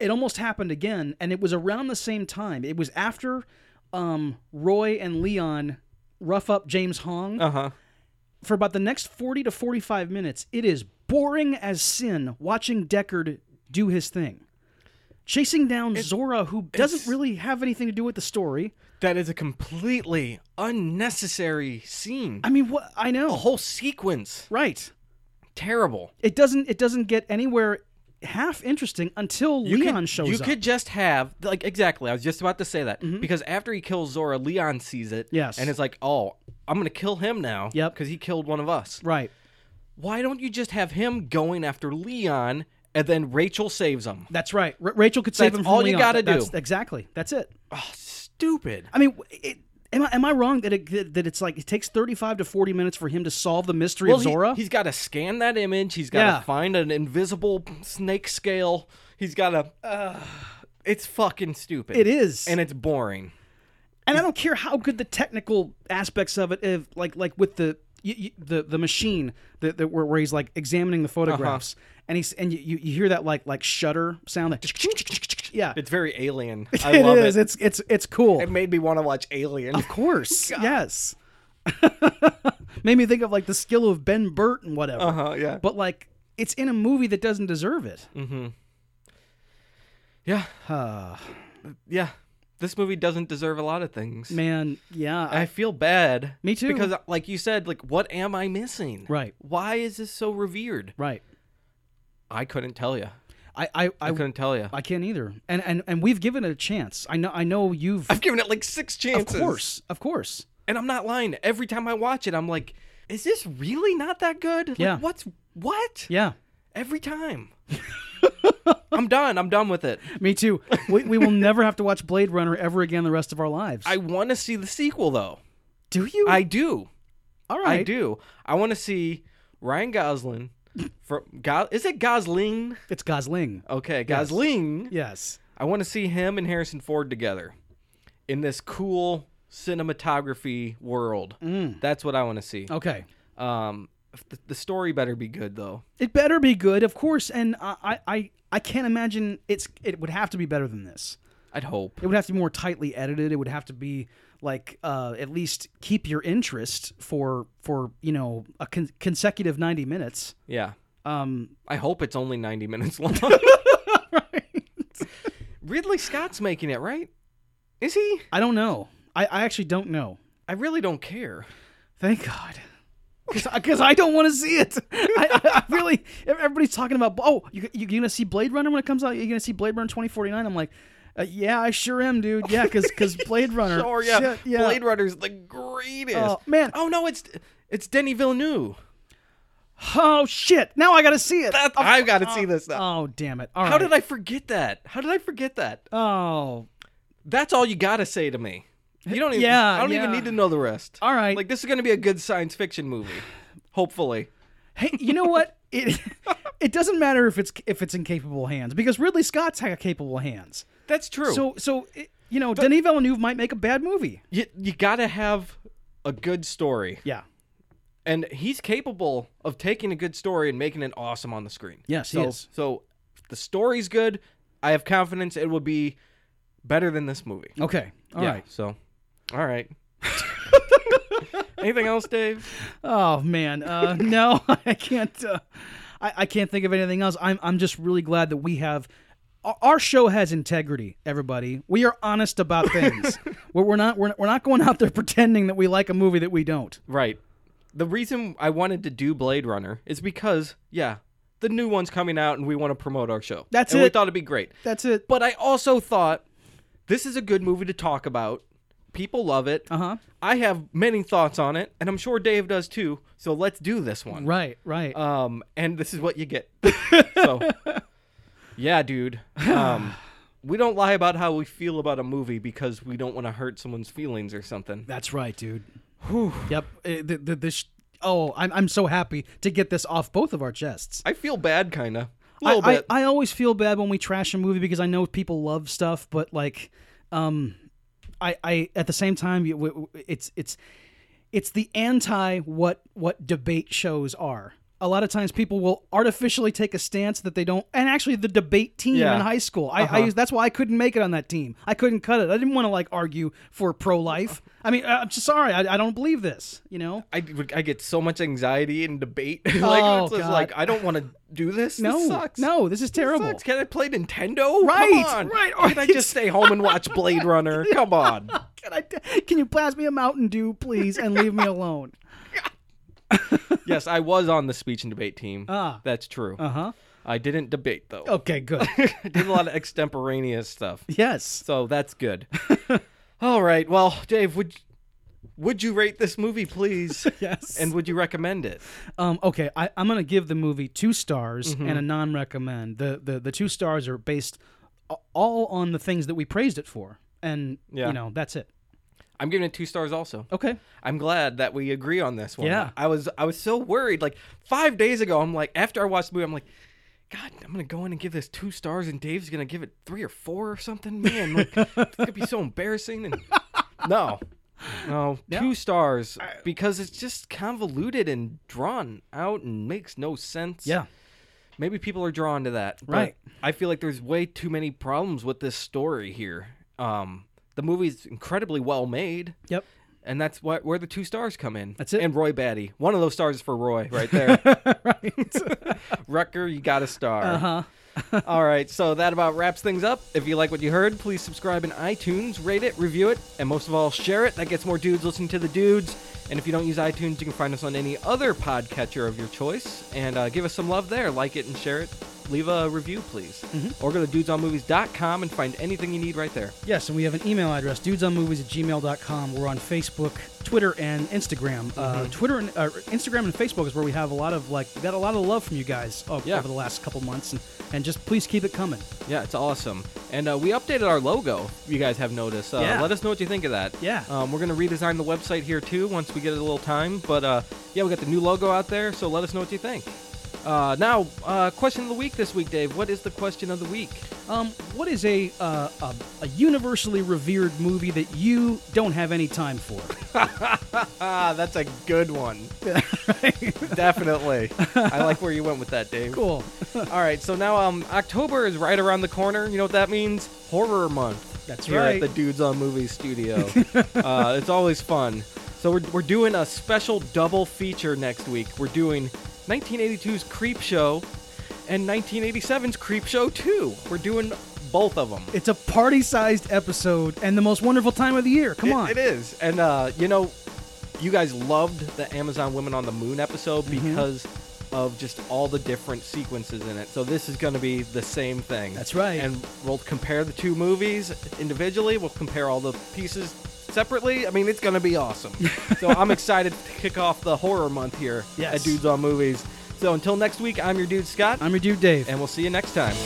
[SPEAKER 2] it almost happened again, and it was around the same time. It was after um, Roy and Leon rough up James Hong
[SPEAKER 1] Uh huh.
[SPEAKER 2] for about the next 40 to 45 minutes, it is boring as sin watching Deckard do his thing. Chasing down Zora, who doesn't really have anything to do with the story.
[SPEAKER 1] That is a completely unnecessary scene.
[SPEAKER 2] I mean, what I know,
[SPEAKER 1] The whole sequence.
[SPEAKER 2] right?
[SPEAKER 1] Terrible.
[SPEAKER 2] It doesn't. It doesn't get anywhere half interesting until Leon
[SPEAKER 1] could,
[SPEAKER 2] shows
[SPEAKER 1] You
[SPEAKER 2] up.
[SPEAKER 1] could just have like exactly. I was just about to say that because after he kills Zora, Leon sees it.
[SPEAKER 2] Yes.
[SPEAKER 1] and it's like, oh, I'm gonna kill him now.
[SPEAKER 2] Yep.
[SPEAKER 1] because he killed one of us.
[SPEAKER 2] right?
[SPEAKER 1] Why don't you just have him going after Leon and then Rachel saves him?
[SPEAKER 2] That's right. R- Rachel could save
[SPEAKER 1] That's
[SPEAKER 2] him. from
[SPEAKER 1] all you
[SPEAKER 2] Leon.
[SPEAKER 1] gotta
[SPEAKER 2] That's-
[SPEAKER 1] do.
[SPEAKER 2] Exactly. That's it.
[SPEAKER 1] Oh, stupid.
[SPEAKER 2] I mean, it, am I am I wrong that it that- that it's like it takes thirty five to forty minutes for him to solve the mystery of Zora?
[SPEAKER 1] He, has got to scan that image. He's got to
[SPEAKER 2] Yeah.
[SPEAKER 1] find an invisible snake scale. He's got to. it's fucking stupid.
[SPEAKER 2] It is.
[SPEAKER 1] and it's boring.
[SPEAKER 2] and I don't care how good the technical aspects of it, if like like with the y y the the machine that, that where, where he's like examining the
[SPEAKER 1] Uh-huh.
[SPEAKER 2] photographs, and he's and you- you, you hear that like like shutter sound, like yeah,
[SPEAKER 1] It's very alien. I
[SPEAKER 2] it
[SPEAKER 1] love
[SPEAKER 2] is.
[SPEAKER 1] it.
[SPEAKER 2] It's it's it's cool.
[SPEAKER 1] It made me want to watch Alien.
[SPEAKER 2] of course, yes. Made me think of like the skill of Ben Burt and whatever,
[SPEAKER 1] huh. Uh-huh, Yeah.
[SPEAKER 2] but like it's in a movie that doesn't deserve it.
[SPEAKER 1] Yeah. Mm. yeah. This movie doesn't deserve a lot of things.
[SPEAKER 2] Man, yeah, I,
[SPEAKER 1] I feel bad.
[SPEAKER 2] Me too.
[SPEAKER 1] Because, like you said, like what am I missing?
[SPEAKER 2] Right.
[SPEAKER 1] Why is this so revered?
[SPEAKER 2] right.
[SPEAKER 1] I couldn't tell you.
[SPEAKER 2] I I, I,
[SPEAKER 1] I couldn't tell you.
[SPEAKER 2] I can't either. And and and we've given it a chance. I know I know you've
[SPEAKER 1] I've given it like six
[SPEAKER 2] Of
[SPEAKER 1] chances.
[SPEAKER 2] course, of course.
[SPEAKER 1] And I'm not lying. Every time I watch it, I'm like, is this really not that good? Like,
[SPEAKER 2] Yeah.
[SPEAKER 1] What's what?
[SPEAKER 2] Yeah,
[SPEAKER 1] Every time. I'm done. I'm done with it.
[SPEAKER 2] me too. We, we will never have to watch Blade Runner ever again the rest of our lives.
[SPEAKER 1] I want to see the sequel though.
[SPEAKER 2] do you?
[SPEAKER 1] I do.
[SPEAKER 2] All
[SPEAKER 1] I
[SPEAKER 2] right.
[SPEAKER 1] do. I want to see Ryan Gosling from Go- is it Gosling?
[SPEAKER 2] It's Gosling.
[SPEAKER 1] Okay, Gosling.
[SPEAKER 2] Yes.
[SPEAKER 1] I want to see him and Harrison Ford together in this cool cinematography world.
[SPEAKER 2] Mm.
[SPEAKER 1] That's what I want to see.
[SPEAKER 2] Okay.
[SPEAKER 1] Um, the, the story better be good though.
[SPEAKER 2] It better be good, of course. And I, I, I- I can't imagine it's. It would have to be better than this.
[SPEAKER 1] I'd hope.
[SPEAKER 2] It would have to be more tightly edited. It would have to be like uh, at least keep your interest for for you know a con- consecutive ninety minutes.
[SPEAKER 1] Yeah.
[SPEAKER 2] Um,
[SPEAKER 1] I hope it's only 90 minutes long. Ridley Scott's making it, right? Is he?
[SPEAKER 2] I don't know. I, I actually don't know.
[SPEAKER 1] I really don't care.
[SPEAKER 2] Thank God. Because I don't want to see it. I, I, I really, everybody's talking about, oh, you, you, going to see Blade Runner when it comes out? You're going to see Blade Runner 2049? I'm like, uh, yeah, I sure am, dude. Yeah, because Blade Runner.
[SPEAKER 1] Oh yeah.
[SPEAKER 2] shit, yeah.
[SPEAKER 1] Blade Runner's the greatest.
[SPEAKER 2] Oh, man.
[SPEAKER 1] Oh no, it's it's Denny Villeneuve.
[SPEAKER 2] Oh, shit. Now I got to see it.
[SPEAKER 1] That, I've got to see this now.
[SPEAKER 2] Oh, damn it. All right.
[SPEAKER 1] How did I forget that? How did I forget that?
[SPEAKER 2] Oh,
[SPEAKER 1] That's all you got to say to me. You don't even
[SPEAKER 2] Yeah,
[SPEAKER 1] I don't even
[SPEAKER 2] yeah.
[SPEAKER 1] need to know the rest.
[SPEAKER 2] all right.
[SPEAKER 1] Like this is going to be a good science fiction movie. Hopefully.
[SPEAKER 2] hey, you know what? It it doesn't matter if it's if it's in capable hands because Ridley Scott's had capable hands.
[SPEAKER 1] That's true.
[SPEAKER 2] So, so it, you know, Denis Villeneuve might make a bad movie.
[SPEAKER 1] you, you got to have a good story.
[SPEAKER 2] Yeah.
[SPEAKER 1] and he's capable of taking a good story and making it awesome on the screen.
[SPEAKER 2] Yes,
[SPEAKER 1] so,
[SPEAKER 2] he is.
[SPEAKER 1] So if the story's good. I have confidence it will be better than this movie.
[SPEAKER 2] Okay. All right.
[SPEAKER 1] Yeah, So, all right. Anything else, Dave?
[SPEAKER 2] Oh man, uh, no, I can't. Uh, I, I can't think of anything else. I'm I'm just really glad that we have our, our show has integrity. Everybody, we are honest about things. we're, we're not we're, we're not going out there pretending that we like a movie that we don't.
[SPEAKER 1] Right. The reason I wanted to do Blade Runner is because yeah, the new one's coming out and we want to promote our show.
[SPEAKER 2] That's
[SPEAKER 1] and We
[SPEAKER 2] it.
[SPEAKER 1] thought it'd be great.
[SPEAKER 2] That's it.
[SPEAKER 1] But I also thought this is a good movie to talk about. People love it.
[SPEAKER 2] Uh huh.
[SPEAKER 1] I have many thoughts on it, and I'm sure Dave does too. So let's do this one.
[SPEAKER 2] Right. Right.
[SPEAKER 1] Um, and this is what you get. so, yeah, dude. Um, we don't lie about how we feel about a movie because we don't want to hurt someone's feelings or something.
[SPEAKER 2] That's right, dude. Yep. Uh, th- th- this. Oh, I'm I'm so happy to get this off both of our chests.
[SPEAKER 1] I feel bad, kind of, a
[SPEAKER 2] I,
[SPEAKER 1] little
[SPEAKER 2] I-
[SPEAKER 1] bit.
[SPEAKER 2] I, always feel bad when we trash a movie because I know people love stuff, but like, um, I, I at the same time, you- w- w- it's it's it's the anti what what debate shows are. A lot of times people will artificially take a stance that they don't. And actually, the debate team
[SPEAKER 1] Yeah. Uh-huh.
[SPEAKER 2] in high school, I, I used, that's why I couldn't make it on that team. I couldn't cut it. I didn't want to like argue for pro life. I mean, I- I'm just sorry, I, I don't believe this. You know,
[SPEAKER 1] I, I get so much anxiety and debate. like,
[SPEAKER 2] Oh,
[SPEAKER 1] it's just
[SPEAKER 2] God.
[SPEAKER 1] like I don't want to do this.
[SPEAKER 2] no,
[SPEAKER 1] this sucks.
[SPEAKER 2] no, this is terrible.
[SPEAKER 1] Sucks. Can I play Nintendo?
[SPEAKER 2] Right,
[SPEAKER 1] Come on.
[SPEAKER 2] right,
[SPEAKER 1] Can I just stay home and watch Blade Runner? Come on.
[SPEAKER 2] Can I? Can you pass me a Mountain Dew, please, and leave me alone?
[SPEAKER 1] Yes, I was on the speech and debate team.
[SPEAKER 2] Ah. Oh.
[SPEAKER 1] That's true.
[SPEAKER 2] Uh huh.
[SPEAKER 1] I didn't debate though.
[SPEAKER 2] Okay, good.
[SPEAKER 1] I did a lot of extemporaneous stuff.
[SPEAKER 2] yes.
[SPEAKER 1] So that's good. All right. Well, Dave, would would you rate this movie, please?
[SPEAKER 2] Yes.
[SPEAKER 1] And would you recommend it?
[SPEAKER 2] Um, okay, I, I'm gonna give the movie two stars
[SPEAKER 1] Mm-hmm.
[SPEAKER 2] and a non-recommend. The, the the two stars are based a- all on the things that we praised it for, and
[SPEAKER 1] Yeah.
[SPEAKER 2] you know that's it.
[SPEAKER 1] I'm giving it two stars also.
[SPEAKER 2] Okay.
[SPEAKER 1] I'm glad that we agree on this one.
[SPEAKER 2] Yeah.
[SPEAKER 1] I was I was so worried. Like five days ago, I'm like, after I watched the movie, I'm like, God, I'm gonna go in and give this two stars and Dave's gonna give it three or four or something. Man, like it's gonna be so embarrassing and No. No, two stars because it's just convoluted and drawn out and makes no sense.
[SPEAKER 2] Yeah.
[SPEAKER 1] maybe people are drawn to that. but
[SPEAKER 2] Right.
[SPEAKER 1] I feel like there's way too many problems with this story here. Um, the movie's incredibly well made,
[SPEAKER 2] Yep.
[SPEAKER 1] and that's why, where the two stars come in.
[SPEAKER 2] That's it.
[SPEAKER 1] And Roy Batty, one of those stars is for Roy right there.
[SPEAKER 2] right.
[SPEAKER 1] Rucker, you got a star.
[SPEAKER 2] Uh-huh.
[SPEAKER 1] All right, so that about wraps things up. If you like what you heard, please subscribe in iTunes, rate it, review it, and most of all, share it. That gets more dudes listening to the dudes. And if you don't use iTunes, you can find us on any other podcatcher of your choice and uh, give us some love there. Like it and share it. Leave a review, please.
[SPEAKER 2] Mm-hmm.
[SPEAKER 1] Or go to dudesonmovies.com and find anything you need right there.
[SPEAKER 2] Yes, and we have an email address, dudesonmovies at gmail.com. We're on Facebook, Twitter, and Instagram. Uh,
[SPEAKER 1] Mm-hmm.
[SPEAKER 2] Twitter and uh, Instagram and Facebook is where we have a lot of like we got a lot of love from you guys o-
[SPEAKER 1] Yeah.
[SPEAKER 2] over the last couple months, and, and just please keep it coming.
[SPEAKER 1] Yeah, it's awesome. And uh, we updated our logo, if you guys have noticed. Uh,
[SPEAKER 2] Yeah.
[SPEAKER 1] Let us know what you think of that.
[SPEAKER 2] Yeah.
[SPEAKER 1] Um, we're going to redesign the website here, too, once we get a little time. But uh, yeah, we got the new logo out there, so let us know what you think. Uh, now, uh, question of the week this week, Dave. What is the question of the week?
[SPEAKER 2] Um, what is a, uh, a a universally revered movie that you don't have any time for?
[SPEAKER 1] Ah, that's a good one. Definitely. I like where you went with that, Dave.
[SPEAKER 2] cool.
[SPEAKER 1] All right, so now um, October is right around the corner. You know what that means? Horror month.
[SPEAKER 2] That's
[SPEAKER 1] here
[SPEAKER 2] right.
[SPEAKER 1] at the Dudes on Movies studio. uh, it's always fun. So we're, we're doing a special double feature next week. We're doing 1982's Creep Show and 1987's Creep Show 2. We're doing both of them.
[SPEAKER 2] It's a party-sized episode and the most wonderful time of the year. Come
[SPEAKER 1] It-
[SPEAKER 2] on.
[SPEAKER 1] It is. And, uh, you know, you guys loved the Amazon Women on the Moon episode
[SPEAKER 2] Mm-hmm.
[SPEAKER 1] because of just all the different sequences in it. So this is going to be the same thing.
[SPEAKER 2] That's right.
[SPEAKER 1] And we'll compare the two movies individually, we'll compare all the pieces separately. I mean, it's going to be awesome. so I'm excited to kick off the horror month here
[SPEAKER 2] Yes.
[SPEAKER 1] at Dudes on Movies. So until next week, I'm your dude, Scott,
[SPEAKER 2] I'm your dude, Dave.
[SPEAKER 1] and we'll see you next time.